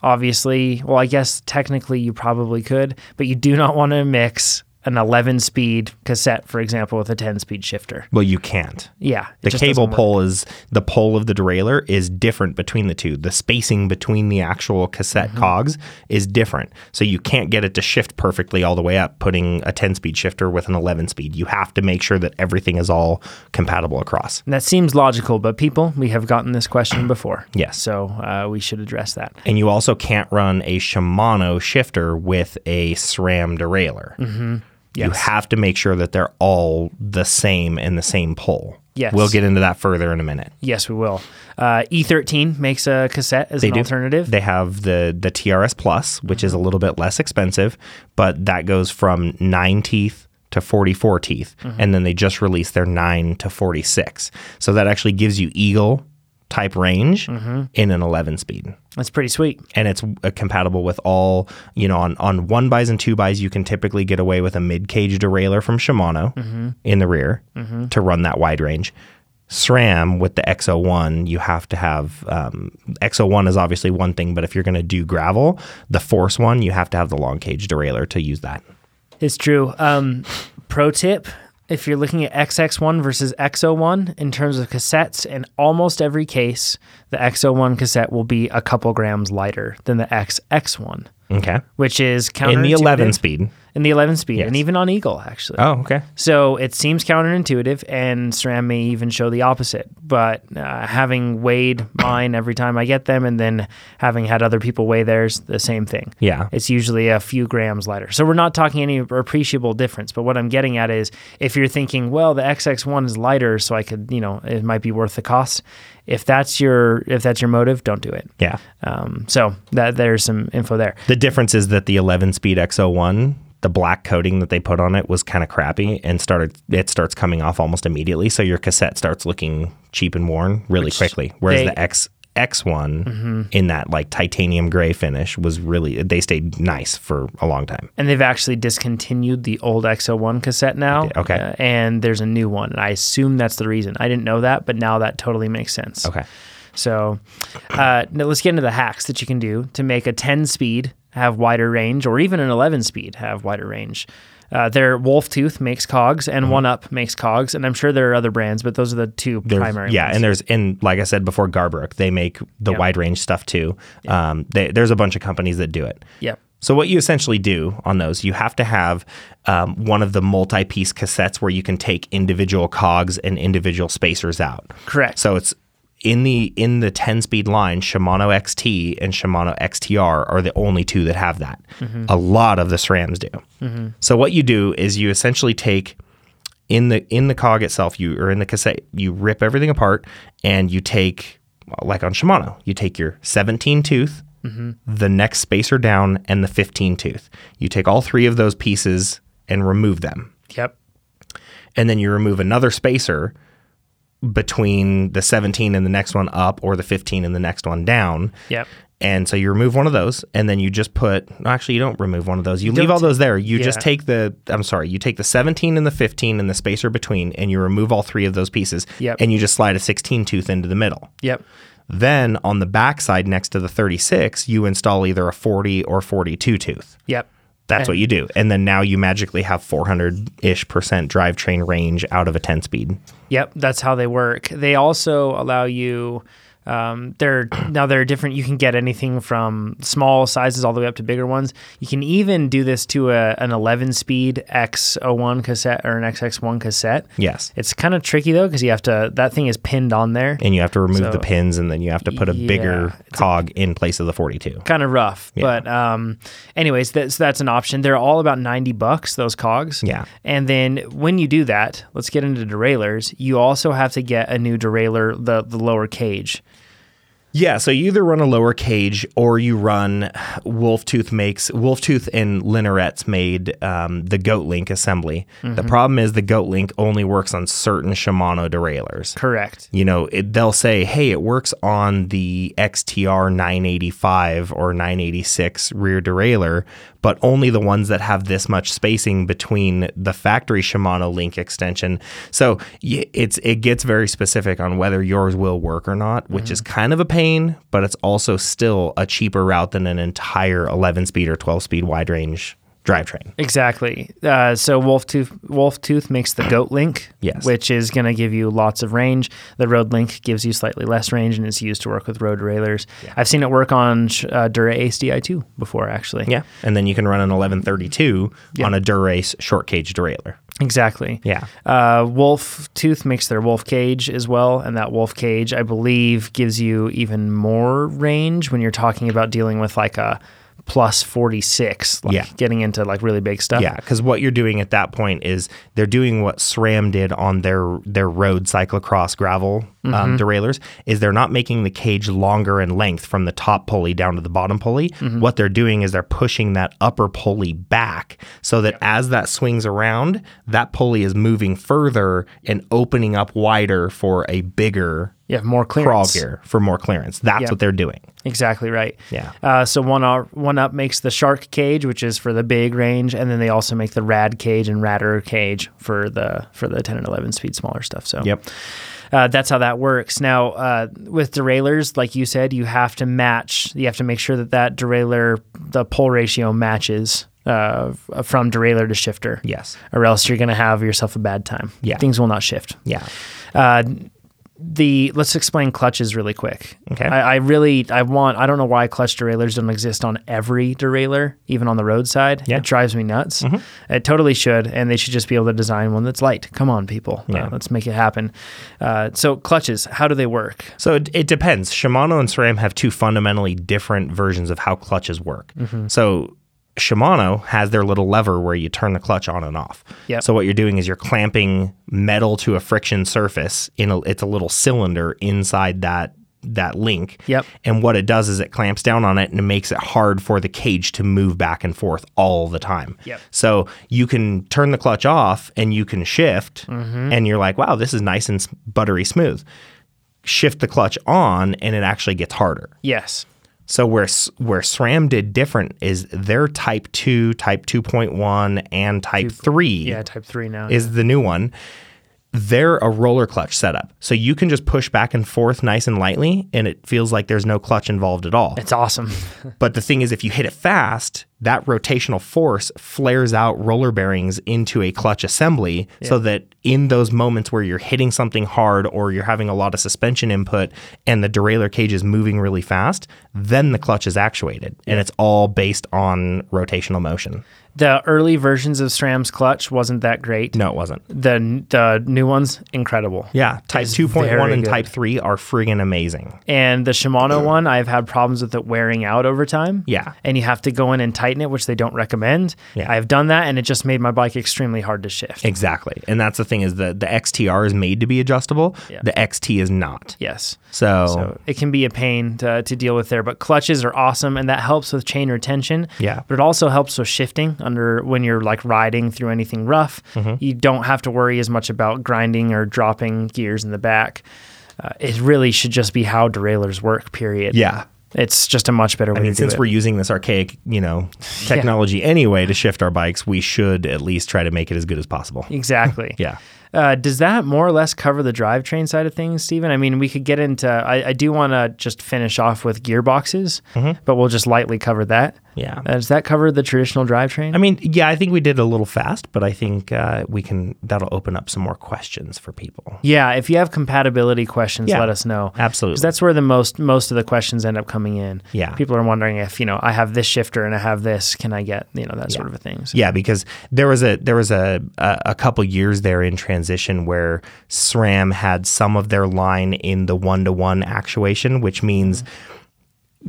Obviously, well, I guess technically you probably could, but you do not want to mix an 11 speed cassette, for example, with a 10 speed shifter.
well you can't
Yeah. it
the
just doesn't
cable
work.
pole is the pole of the derailleur is different between the two. The spacing between the actual cassette
Mm-hmm.
cogs is different. So you can't get it to shift perfectly all the way up putting a 10 speed shifter with an 11 speed. You have to make sure that everything is all compatible across.
And that seems logical, but people, we have gotten this
*clears throat*
question before.
Yes.
So uh, we should address that.
And you also can't run a Shimano shifter with a SRAM derailleur. Mm-hmm. You have to make sure that they're all the same and the same pole.
Yes.
We'll get into that further in a minute.
Yes, we will. Uh, E13 makes a cassette as an
do.
alternative. Uh-huh.
They have the the TRS Plus, which is a little bit less expensive, but that goes from nine teeth to 44 teeth,
Uh-huh.
and then they just released their nine to 46. So that actually gives you eagle type range
Mm-hmm.
in an 11 speed.
That's pretty sweet.
And it's uh, compatible with all, you know, on, on one buys and two buys, you can typically get away with a mid cage derailleur from Shimano in the rear to run that wide range. SRAM with the XO1, you have to have um, XO1 is obviously one thing, but if you're going to do gravel, the Force one, you have to have the long cage derailleur to use that.
It's true. Um, pro tip if you're looking at XX1 versus XO1 in terms of cassettes, in almost every case, the XO1 cassette will be a couple grams lighter than the XX1,
Okay.
which is counterintuitive.
In the 11 speed,
in the 11 speed and
Yes.
even on Eagle, actually.
Oh, okay.
So it seems counterintuitive, and SRAM may even show the opposite. But uh, having weighed mine every time I get them, and then having had other people weigh theirs, the same thing.
Yeah.
It's usually a few grams lighter. So we're not talking any appreciable difference. But what I'm getting at is if you're thinking, well, the XX1 is lighter, so I could, you know, it might be worth the cost. If that's your if that's your motive, don't do it.
Yeah.
Um, so that there's some info there.
The difference is that the 11 speed X01, the black coating that they put on it was kind of crappy and started it starts coming off almost immediately so your cassette starts looking cheap and worn really quickly whereas
they- Mm-hmm.
the X X1 in that like titanium gray finish was really they stayed nice for a long time.
and they've actually discontinued the old XO1 cassette now.
Okay.
uh, and there's a new one. And I assume that's the reason. I didn't know that, but now that totally makes sense.
Okay.
So uh, now let's get into the hacks that you can do to make a 10 speed have wider range or even an 11 speed have wider range. Uh, their Wolf Tooth makes cogs and
Mm-hmm.
One Up makes cogs. And I'm sure there are other brands, but those are the two
There's-
primary
yeah,
ones.
and there's and like I said before, Garbrook they make the
Yeah.
wide range stuff too. Um, they, there's a bunch of companies that do it.
Yep.
So what you essentially do on those, you have to have um, one of the multi-piece cassettes where you can take individual cogs and individual spacers out.
Correct.
So it's in the in the 10 speed line, Shimano XT and Shimano XTR are the only two that have that. A lot of the SRAMs do. So what you do is you essentially take in the in the cog itself, you or in the cassette, you rip everything apart and you take like on Shimano, you take your 17 tooth, the next spacer down, and the 15 tooth. You take all three of those pieces and remove them
Yep.
and then you remove another spacer between the 17 and the next one up or the 15 and the next one down.
Yep.
And so you remove one of those and then you just put actually you don't remove one of those. You, leave all those there. You just
yeah.
take the I'm sorry, you take the 17 and the 15 and the spacer between and you remove all three of those pieces
Yep.
and you just slide a 16 tooth into the middle.
Yep.
Then on the backside next to the 36, you install either a 40 or 42 tooth.
Yep.
That's what you do. And then now you magically have 400 ish percent drivetrain range out of a 10 speed.
Yep, that's how they work. They also allow you. Um, they're *clears throat* now they're different. You can get anything from small sizes all the way up to bigger ones. You can even do this to a, an 11 speed X01 cassette or an XX1 cassette.
Yes.
It's kind of tricky though because you have to. That thing is pinned on there.
And you have to remove the
So-
pins and then you have to put a bigger
Yeah,
cog in place of the 42.
Kind of rough, but um, anyways, that's that's an option. They're all about ninety bucks. Those cogs,
Yeah.
And then when you do that, let's get into derailleurs. You also have to get a new derailleur, the the lower cage.
Yeah, so you either run a lower cage or you run Wolftooth makes Wolftooth and Linerets made um, the Goat Link assembly. The problem is the Goat Link only works on certain Shimano derailleurs.
Correct.
you know, it, they'll say, hey, it works on the XTR 985 or 986 rear derailleur, but only the ones that have this much spacing between the factory Shimano link extension. So y- it's it gets very specific on whether yours will work or not, which is kind of a pain, but it's also still a cheaper route than an entire 11 speed or 12 speed wide range drivetrain.
Exactly. Uh, so Wolf Tooth Wolf Tooth makes the Goat Link,
Yes.
which is going to give you lots of range. The Road Link gives you slightly less range, and it's used to work with road derailleurs. I've seen it work on sh- uh, Dura Ace Di2 before, actually.
And then you can run an 1132 on a Durace short cage derailleur.
exactly.
Yeah.
Uh, wolf Tooth makes their Wolf Cage as well, and that Wolf Cage, I believe, gives you even more range when you're talking about dealing with like a plus 46, like
Yeah.
getting into like really big stuff.
*laughs* Yeah, because what you're doing at that point is they're doing what SRAM did on their their road cyclocross gravel
Mm-hmm.
um, derailleurs. Is they're not making the cage longer in length from the top pulley down to the bottom pulley.
Mm-hmm.
What they're doing is they're pushing that upper pulley back so that as that swings around, that pulley is moving further and opening up wider for a bigger
You have more
crawl
clearance.
gear for more clearance. That's
Yeah.
what they're doing.
Exactly right.
Yeah.
Uh, so one up, one up makes the shark cage, which is for the big range, and then they also make the rad cage and radder cage for the for the ten and eleven speed smaller stuff. So uh, that's how that works. Now uh, with derailleurs, like you said, you have to match. You have to make sure that that derailleur the pull ratio matches uh, f- from derailleur to shifter.
Yes.
Or else you're going to have yourself a bad time.
Yeah.
Things will not shift.
Yeah.
Uh, the let's explain clutches really quick.
Okay.
I, I really I want I don't know why clutch derailleurs don't exist on every derailleur, even on the roadside.
Yeah. Mm-hmm.
It drives me nuts. It totally should, and they should just be able to design one that's light. Come on, people.
Yeah.
Uh, let's make it happen. Uh, so clutches, how do they work?
So it, it depends. Shimano and SRAM have two fundamentally different versions of how clutches work.
Mm-hmm.
So Shimano has their little lever where you turn the clutch on and off.
Yep.
So what you're doing is you're clamping metal to a friction surface in a, it's a little cylinder inside that that link.
Yep.
And what it does is it clamps down on it and it makes it hard for the cage to move back and forth all the time.
Yep.
So you can turn the clutch off and you can shift
Mm-hmm.
and you're like, wow, this is nice and s- buttery smooth shift the clutch on and it actually gets harder.
Yes.
So where S- where SRAM did different is their type 2, type 2.1 and type 3
Yeah, type three now.
is the new one. They're a roller clutch setup. So you can just push back and forth nice and lightly and it feels like there's no clutch involved at all.
it's awesome. *laughs*
But the thing is, if you hit it fast, that rotational force flares out roller bearings into a clutch assembly so that in those moments where you're hitting something hard or you're having a lot of suspension input and the derailleur cage is moving really fast, then the clutch is actuated. And it's all based on rotational motion.
the early versions of SRAM's clutch wasn't that great.
No, it wasn't.
The the new ones incredible.
Yeah. Type
It's
2.1
very
and
good.
Type 3 are friggin' amazing.
And the Shimano one, I've had problems with it wearing out over time.
Yeah.
And you have to go in and tighten it, which they don't recommend.
Yeah.
I've done that and it just made my bike extremely hard to shift.
Exactly. And that's the thing is the, the XTR is made to be adjustable.
Yeah.
The XT is not.
yes.
so
So it can be a pain to, to deal with there, but clutches are awesome and that helps with chain retention.
Yeah.
But it also helps with shifting under when you're like riding through anything rough.
Mm-hmm.
You don't have to worry as much about grinding or dropping gears in the back. Uh, it really should just be how derailleurs work, period.
yeah.
It's just a much better way
I mean,
to do
since
it.
we're using this archaic, you
*laughs*
know, technology anyway to shift our bikes, we should at least try to make it as good as possible.
Exactly.
*laughs* Yeah.
Uh, does that more or less cover the drivetrain side of things, Stephen? I mean, we could get into. I, I do want to just finish off with gearboxes, but we'll just lightly cover that.
Mm-hmm. Yeah.
Uh, does that cover the traditional drivetrain?
I mean, yeah, I think we did a little fast, but I think uh, we can, that'll open up some more questions for people.
yeah. If you have compatibility questions,
Yeah.
let us know. 'Cause
Absolutely.
That's where the most most of the questions end up coming in.
Yeah.
People are wondering if you know I have this shifter and I have this. Can I get you know that sort of a thing? So,
Yeah, because there was a there was a a, a couple years there in transition where SRAM had some of their line in the one to one actuation, which means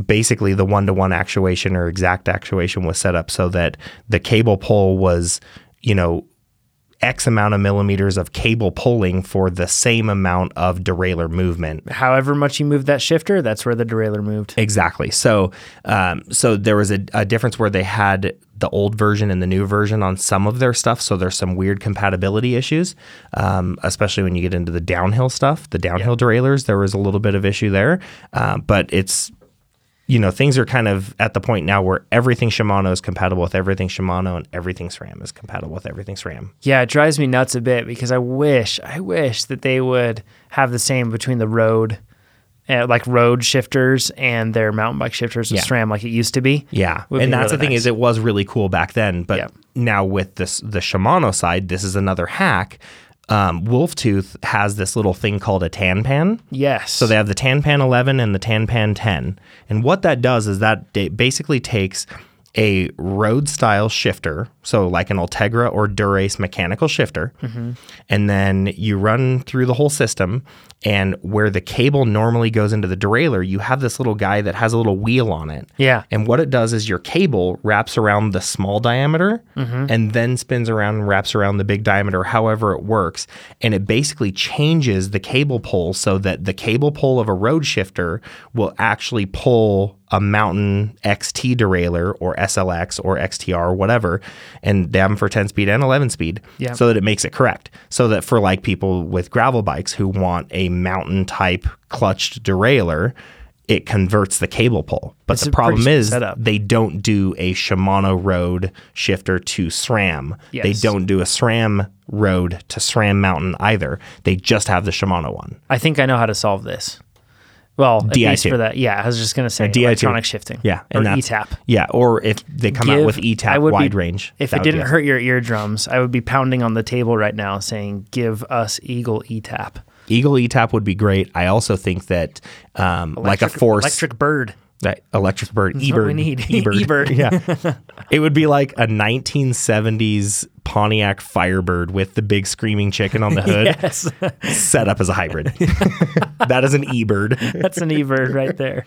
basically the one to one actuation or exact actuation was set up so that the cable pull was, you know, X amount of millimeters of cable pulling for the same amount of derailleur movement.
However much you move that shifter, that's where the derailleur moved.
Exactly. So, um, so there was a, a difference where they had the old version and the new version on some of their stuff. So there's some weird compatibility issues, um, especially when you get into the downhill stuff, the downhill derailleurs. There was a little bit of issue there, uh, but it's you know things are kind of at the point now where everything Shimano is compatible with everything Shimano and everything SRAM is compatible with everything SRAM.
Yeah, it drives me nuts a bit because I wish, I wish that they would have the same between the road, uh, like road shifters and their mountain bike shifters with
Yeah.
SRAM like it used to be.
Yeah,
Would
and
be
that's
really
the thing
nice.
is it was really cool back then, but
Yeah.
now with this the Shimano side, this is another hack. Um, Wolftooth has this little thing called a tan pan.
Yes. So
So they have the Tanpan 11 and the Tanpan 10. And what that does is that da- basically takes a road style shifter, so like an Ultegra or Durace mechanical shifter,
Mm-hmm.
and then you run through the whole system. And where the cable normally goes into the derailleur, you have this little guy that has a little wheel on it.
Yeah.
And what it does is your cable wraps around the small diameter
Mm-hmm.
and then spins around and wraps around the big diameter, however it works. And it basically changes the cable pull so that the cable pull of a road shifter will actually pull a mountain XT derailleur or SLX or XTR or whatever. And they have them for 10 speed and 11 speed
Yeah.
so that it makes it correct. So that for like people with gravel bikes who want a mountain type clutched derailleur, it converts the cable pull. But
It's
the
a pretty
problem
sweet
is
setup.
they don't do a Shimano road shifter to SRAM. They
Yes.
don't do a SRAM road to SRAM mountain either. They just have the Shimano one.
I think I know how to solve this. Well, at
DI2.
least for that. Yeah, I was just going to say
DI2.
electronic shifting.
Yeah.
Or
that's-
ETAP.
Yeah. Or if they come out
Give-
with ETAP
I would be-
wide range.
If
that
it
would be
didn't hurt your eardrums, I would be pounding on the table right now saying, give us Eagle E ETAP.
Eagle E Tap would be great. I also think that um, like a
Electric-
force
electric bird. *laughs*
that electric bird
what
Ebird
we need. *laughs*
Ebird.
Ebird.
yeah it would be like a 1970s Pontiac Firebird with the big screaming
*laughs*
chicken on the hood
Yes,
set up as a hybrid that is an Ebird
that's an e-bird right
*laughs*
there.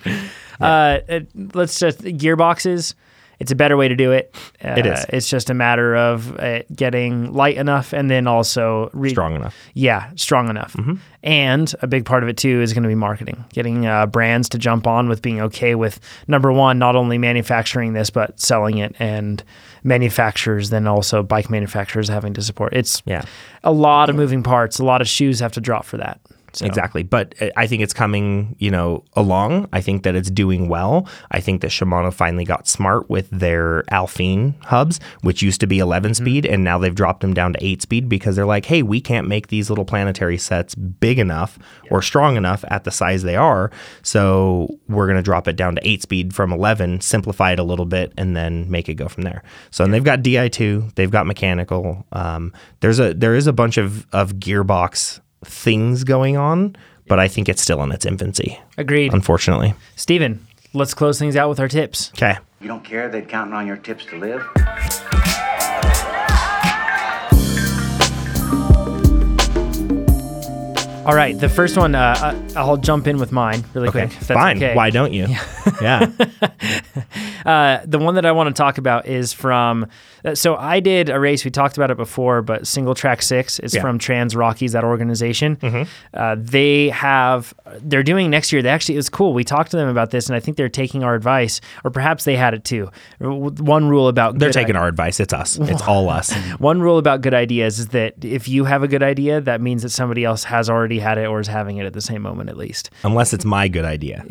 Uh, it- let's just gearboxes. It's a better way to do it. Uh,
It is.
It's just a matter of uh, getting light enough and then also re-
strong Mm-hmm. enough
Yeah, strong enough. And a big part of it too is going to be marketing, getting uh, brands to jump on with being okay with number one, not only manufacturing this but selling it, and manufacturers then also bike manufacturers having to support. It's
Yeah.
a lot of moving parts. A lot of shoes have to drop for that. So,
Exactly. But uh, I- I think it's coming, you know, along. I think that it's doing well. I think that Shimano finally got smart with their Alphine hubs, which used to be 11 speed, and now they've dropped them down to 8 speed because they're like, hey, we can't make these little planetary sets big enough or strong enough at the size they are. So we're going to drop it down to 8 speed from 11, simplify it a little bit, and then make it go from there. So, and they've got DI2, they've got mechanical. Um, there's a, there is a bunch of, of gearbox things going on, but I think it's still in its infancy,
Agreed.
unfortunately.
Steven, let's close things out with our tips.
Okay.
You don't care they'd counting on your tips to live?
All right, the first one, uh, I- I'll jump in with mine really
Okay.
quick. if that's
Fine.
okay.
Why don't you? Yeah.
*laughs* Uh, the one that I want to talk about is from. uh, So I did a race. We talked about it before, but Single Track Six is
Yeah. Mm-hmm.
from Trans Rockies, that organization. Uh, they have. They're doing next year. They actually it was cool. We talked to them about this, and I think they're taking our advice, or perhaps they had it too. R- One rule about
They're
good
taking our advice. It's us. It's
*laughs*
all us.
one rule about good ideas is that if you have a good idea, that means that somebody else has already had it or is having it at the same moment, at least.
Unless it's my good idea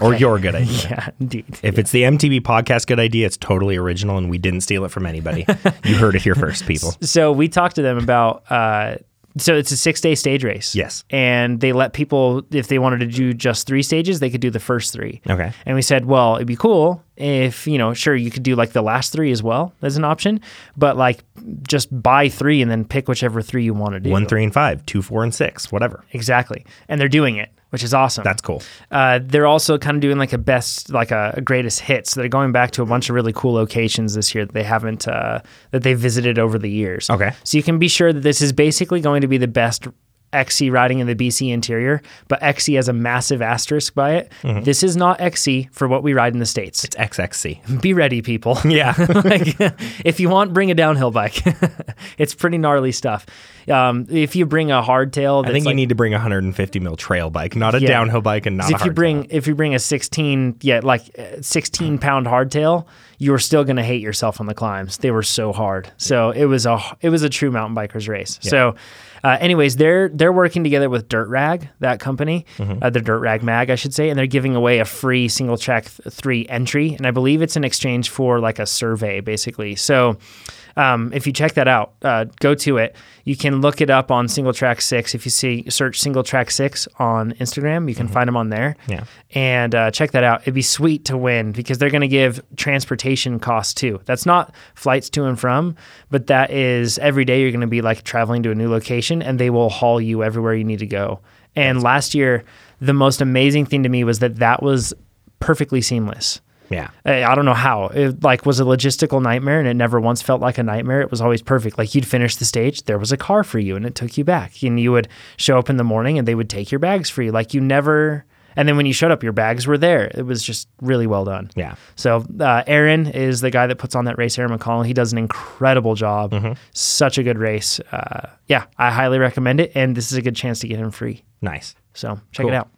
or your good idea.
*laughs* Yeah, indeed.
If it's the MTB podcast good idea, it's totally original and we didn't steal it
*laughs*
from anybody. you heard it here first, people.
so we talked to them about uh so it's a six day stage race
Yes.
and they let people if they wanted to do just three stages they could do the first three
Okay.
and we said well it'd be cool if you know sure you could do like the last three as well as an option but like just buy three and then pick whichever three you want to do
One, three, and five, two, four, and six, whatever.
exactly and they're doing it which is awesome
That's cool.
uh, they're also kind of doing like a best, like a, a greatest hits. They're going back to a bunch of really cool locations this year that they haven't, uh, that they visited over the years.
Okay.
So you can be sure that this is basically going to be the best XC riding in the BC interior, but XC has a massive asterisk by it. This is not XC for what we ride in the States.
Mm-hmm. It's
*laughs*
XXC.
Be ready,
*laughs*
people. *laughs*
Yeah.
like, if you want, bring a downhill bike. *laughs* it's pretty gnarly stuff. Um, if you bring a hardtail,
I think
like,
you need to bring a 150 mil trail bike, not a
Yeah.
downhill bike and not a
if you
hardtail.
bring if you bring a 16 yeah like uh, 16 pound hardtail you're still going to hate yourself on the climbs they were so hard so it was a it was a true mountain bikers race so uh, anyways they're they're working together with dirt rag that company uh, the dirt rag mag i should say and they're giving away a free single track th- three entry and i believe it's in exchange for like a survey basically so um, if you check that out, uh, go to it. You can look it up on Single Track Six. If you see search Single Track Six on Instagram, you can find them on there.
Yeah.
and uh, check that out. It'd be sweet to win because they're going to give transportation costs too. That's not flights to and from, but that is every day you're going to be like traveling to a new location, and they will haul you everywhere you need to go. And last year, the most amazing thing to me was that that was perfectly seamless.
Yeah.
Eh, I I don't know how. It like was a logistical nightmare, and it never once felt like a nightmare. It was always perfect. Like you'd finish the stage, there was a car for you, and it took you back. And you would show up in the morning, and they would take your bags for you. Like you never. And then when you showed up, your bags were there. It was just really well done.
Yeah.
So uh, Aaron is the guy that puts on that race. Aaron McConnell. He does an incredible job.
Mm-hmm.
Such a good race. Uh, yeah, I highly recommend it. And this is a good chance to get him free.
Nice.
So check
Cool.
it out.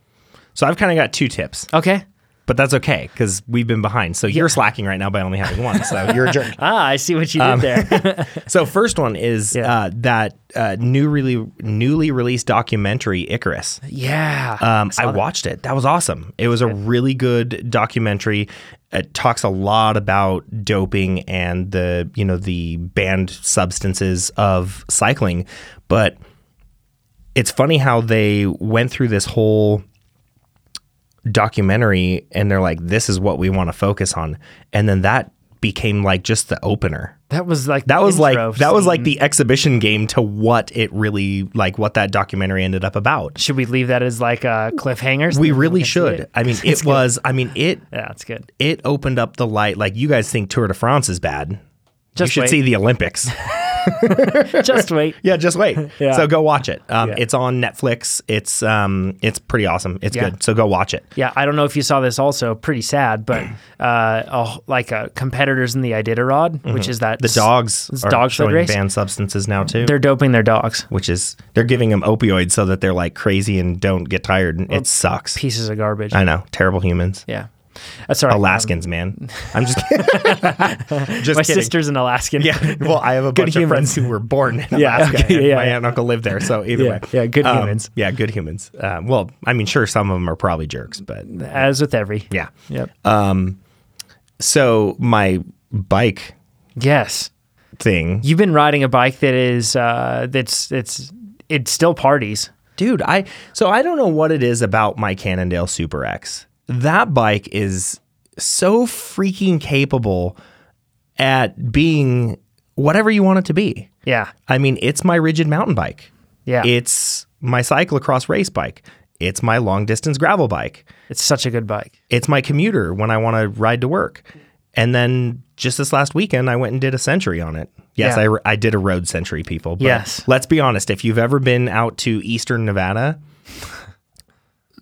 So I've kind of got two tips.
Okay.
But that's okay because we've been behind. So you're slacking right now by only having one. So *laughs* you're a jerk.
Ah, I see what you did
Um, *laughs*
there.
So first one is
Yeah.
uh, that uh, new really newly released documentary Icarus.
yeah.
Um, I, watched it. That was awesome. It was a really good documentary. It talks a lot about doping and the you know the banned substances of cycling, but it's funny how they went through this whole documentary and they're like, this is what we want to focus on. And then that became like just the opener.
That was like
That
the
was
intro
like that was like
scene.
the exhibition game to what it really like what that documentary ended up about.
Should we leave that as like a cliffhanger? so
We
people
really
can see
should.
it? *laughs*
I mean, it was. I mean, it
Yeah, that's good.
it opened up the light. Like you guys think Tour de France is bad.
Just
you should
wait.
see
*laughs*
the Olympics.
Just
*laughs*
wait.
yeah, just wait.
Yeah.
So go watch it. Um,
Yeah.
It's on Netflix. It's um, it's pretty awesome. It's
Yeah.
good. So go watch it.
Yeah, I don't know if you saw this also, pretty sad, but uh, oh, like uh, competitors in the Iditarod, which is that
Mm-hmm. The dogs
It's
are
dog food
showing
race.
banned substances now too.
they're doping their dogs.
which is they're giving them opioids so that they're like crazy and don't get tired. and It sucks.
Pieces of garbage.
I know, terrible humans.
yeah, Uh, that's all right.
Alaskans, man. I'm
*laughs*
just kidding. *laughs* just
My
kidding.
sister's an Alaskan.
Yeah. *laughs* Well, I have a bunch of
humans.
friends who were born *laughs* in
Yeah,
Alaska.
okay,
and
yeah,
my
yeah.
aunt and uncle live there. So either
Yeah,
way.
yeah, good
Um,
humans.
Yeah, good humans. Um, well, I mean, sure, some of them are probably jerks, but
as with every. Uh,
yeah.
Yep.
So my bike
yes,
thing.
you've been riding a bike that is uh, that's it's it's still parties.
Dude, I so I don't know what it is about my Cannondale Super X. That bike is so freaking capable at being whatever you want it to be.
Yeah,
I mean, it's my rigid mountain bike.
yeah.
It's my cyclocross race bike. It's my long distance gravel bike.
it's such a good bike.
It's my commuter when I want to ride to work. And then just this last weekend, I went and did a century on it. Yes,
Yeah.
I, I did a road century, people. But
Yes.
Let's be honest. If you've ever been out to Eastern Nevada,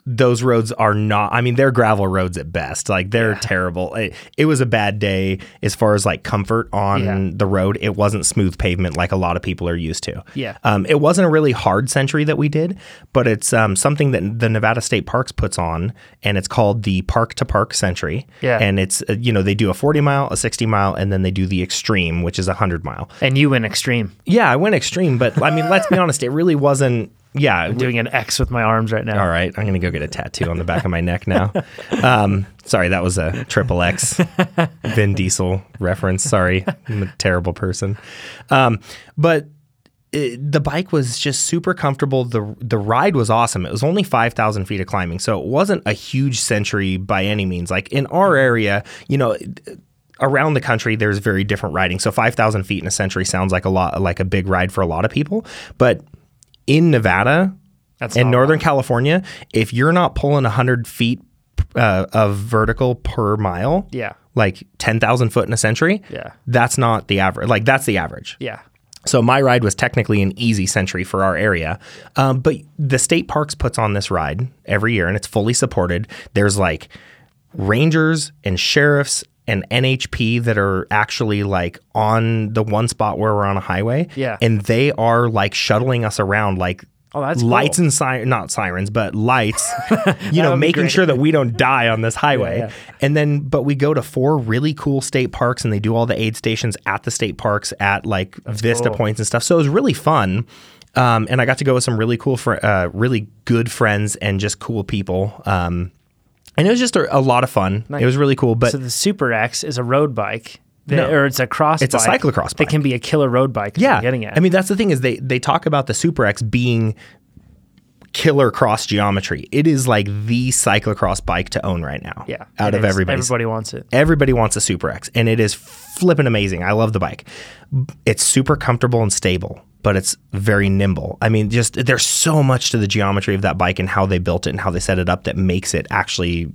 those roads are not, I mean, they're gravel roads at best. Like they're terrible. It, it was a bad day as far as like comfort on
Yeah.
the road. It wasn't smooth pavement like a lot of people are used to.
Yeah.
Um, it wasn't a really hard century that we did, but it's um, something that the Nevada State Parks puts on, and it's called the Park to Park Century.
Yeah.
And it's, uh, you know, they do a 40 mile, a 60 mile, and then they do the extreme, which is a 100 mile.
And you went extreme.
Yeah, I went extreme, but I mean, let's be honest, it really wasn't. Yeah,
I'm doing an X with my arms right now.
all right, I'm gonna go get a tattoo on the back of my neck now. Um, sorry, that was a triple X Vin Diesel reference. Sorry, I'm a terrible person. Um, but it, the bike was just super comfortable. the The ride was awesome. It was only five thousand feet of climbing, so it wasn't a huge century by any means. Like in our
Mm-hmm.
area, you know. Around the country, there's very different riding. So 5,000 feet in a century sounds like a lot, like a big ride for a lot of people. But in Nevada,
That's
in
not
Northern California, if you're not pulling 100 feet uh, of vertical per mile,
Yeah.
like 10,000 foot in a century,
Yeah.
that's not the average. Like, that's the average.
Yeah.
So my ride was technically an easy century for our area, um, but the state parks puts on this ride every year, and it's fully supported. There's like rangers and sheriffs and NHP that are actually like on the one spot where we're on a highway,
Yeah.
and they are like shuttling us around, like.
Oh, that's cool.
lights and sirens, not sirens, but lights,
*laughs*
you
would
know,
be
making
great.
sure that we don't die on this highway.
yeah.
And then, but we go to four really cool state parks and they do all the aid stations at the state parks at like Vista
cool.
points and stuff. So it was really fun. Um, and I got to go with some really cool, fr- uh, really good friends and just cool people. Um, and it was just a, a lot of fun. It was really cool. But
So the Super X is a road bike, that,
No.
or it's a cross.
It's a
bike
cyclocross
That
bike.
can be a killer road bike. is what
yeah,
I'm getting at.
I mean, that's the thing is they they talk about the Super X being killer cross geometry. It is like the cyclocross bike to own right now.
yeah,
out
it
of
is.
everybody's
everybody wants it.
Everybody wants a Super X, and it is flipping amazing. I love the bike. It's super comfortable and stable, but it's very nimble. I mean, just there's so much to the geometry of that bike and how they built it and how they set it up that makes it actually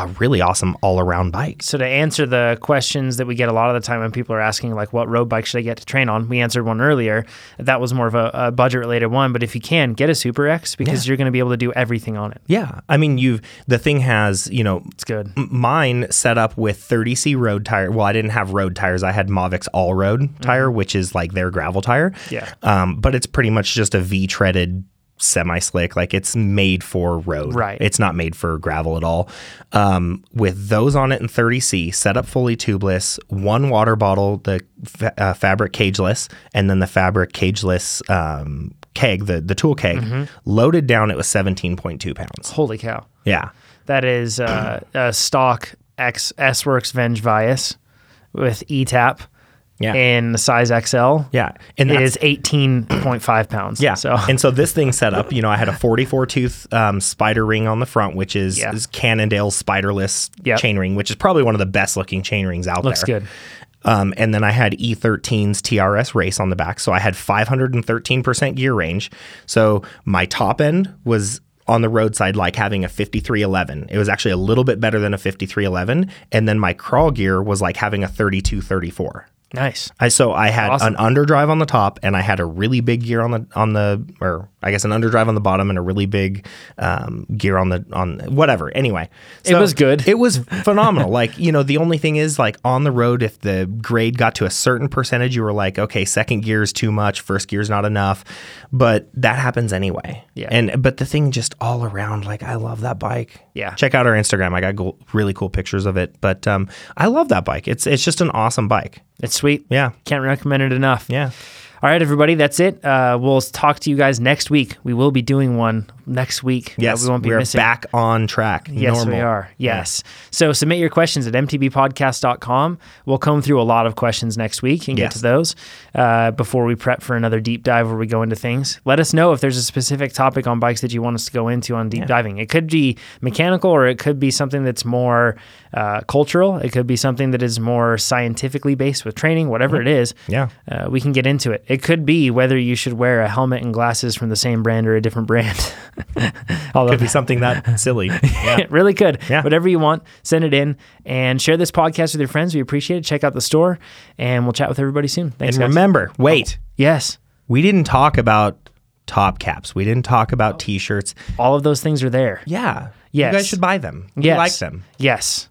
a really awesome all around bike.
So to answer the questions that we get a lot of the time when people are asking like, what road bike should I get to train on? We answered one earlier. That was more of a, a budget related one, but if you can get a Super X because you're going to be able to do everything on it.
Yeah, I mean, you've the thing has you know
It's good.
m- mine set up with 30C road tire. Well, I didn't have road tires. I had Mavix all road tire, which is like their gravel tire.
Mm-hmm. Yeah.
Um, but it's pretty much just a V treaded semi slick. Like it's made for road.
Right.
It's not made for gravel at all. Um, with those on it and 30C set up fully tubeless, one water bottle, the fa- uh, fabric cageless, and then the fabric cageless, um, keg the the tool keg
Mm-hmm.
loaded down it was 17.2 pounds
Holy cow!
yeah
That is uh, a stock X S Works Venge Vias with ETAP
Yeah.
in the size XL.
yeah and
It
that's-
is 18.5 pounds.
Yeah.
So
and so this thing set up, you know, I had a 44 tooth um, spider ring on the front, which is,
Yeah.
is Cannondale spiderless
Yep.
chain ring, which is probably one of the best looking chain rings
*laughs*
out
Looks
there.
good.
Um, and then I had E13's TRS race on the back. So I had 513% gear range. So my top end was on the roadside like having a 5311. It was actually a little bit better than a 5311. And then my crawl gear was like having a 3234.
Nice.
I so I had
Awesome.
an underdrive on the top, and I had a really big gear on the on the or I guess an underdrive on the bottom, and a really big um, gear on the on whatever. Anyway, So
was good. *laughs*
It was phenomenal. like you know, the only thing is like on the road, if the grade got to a certain percentage, you were like, okay, second gear is too much, first gear is not enough, but that happens anyway.
Yeah.
And but the thing just all around, like I love that bike.
Yeah.
Check out our Instagram. I got go- really cool pictures of it. But um, I love that bike. It's it's just an awesome bike.
It's sweet.
Yeah.
Can't recommend it enough.
Yeah.
All right, everybody, that's it. Uh, we'll talk to you guys next week. We will be doing one next week. that
Yes,
we won't be
are
missing.
back on track.
Yes,
normal.
we are. Yes. So submit your questions at mtbpodcast.com. We'll comb through a lot of questions next week and
Yes.
get to those uh, before we prep for another deep dive where we go into things. Let us know if there's a specific topic on bikes that you want us to go into on deep diving. It could be mechanical or it could be something that's more uh, cultural. It could be something that is more scientifically based with training, whatever it is. *laughs*
Yeah.
Uh, we can get into it. It could be whether you should wear a helmet and glasses from the same brand or a different brand. *laughs* Although
Could be something *laughs* that silly. Yeah.
it *laughs* really could.
Yeah.
Whatever you want, send it in and share this podcast with your friends. We appreciate it. Check out the store and we'll chat with everybody soon. Thanks,
and
guys.
remember, wait,
yes,
we didn't talk about top caps. We didn't talk about t-shirts.
all of those things are there.
Yeah.
Oh. Yes.
You guys should buy them. You
Yes.
like them.
Yes.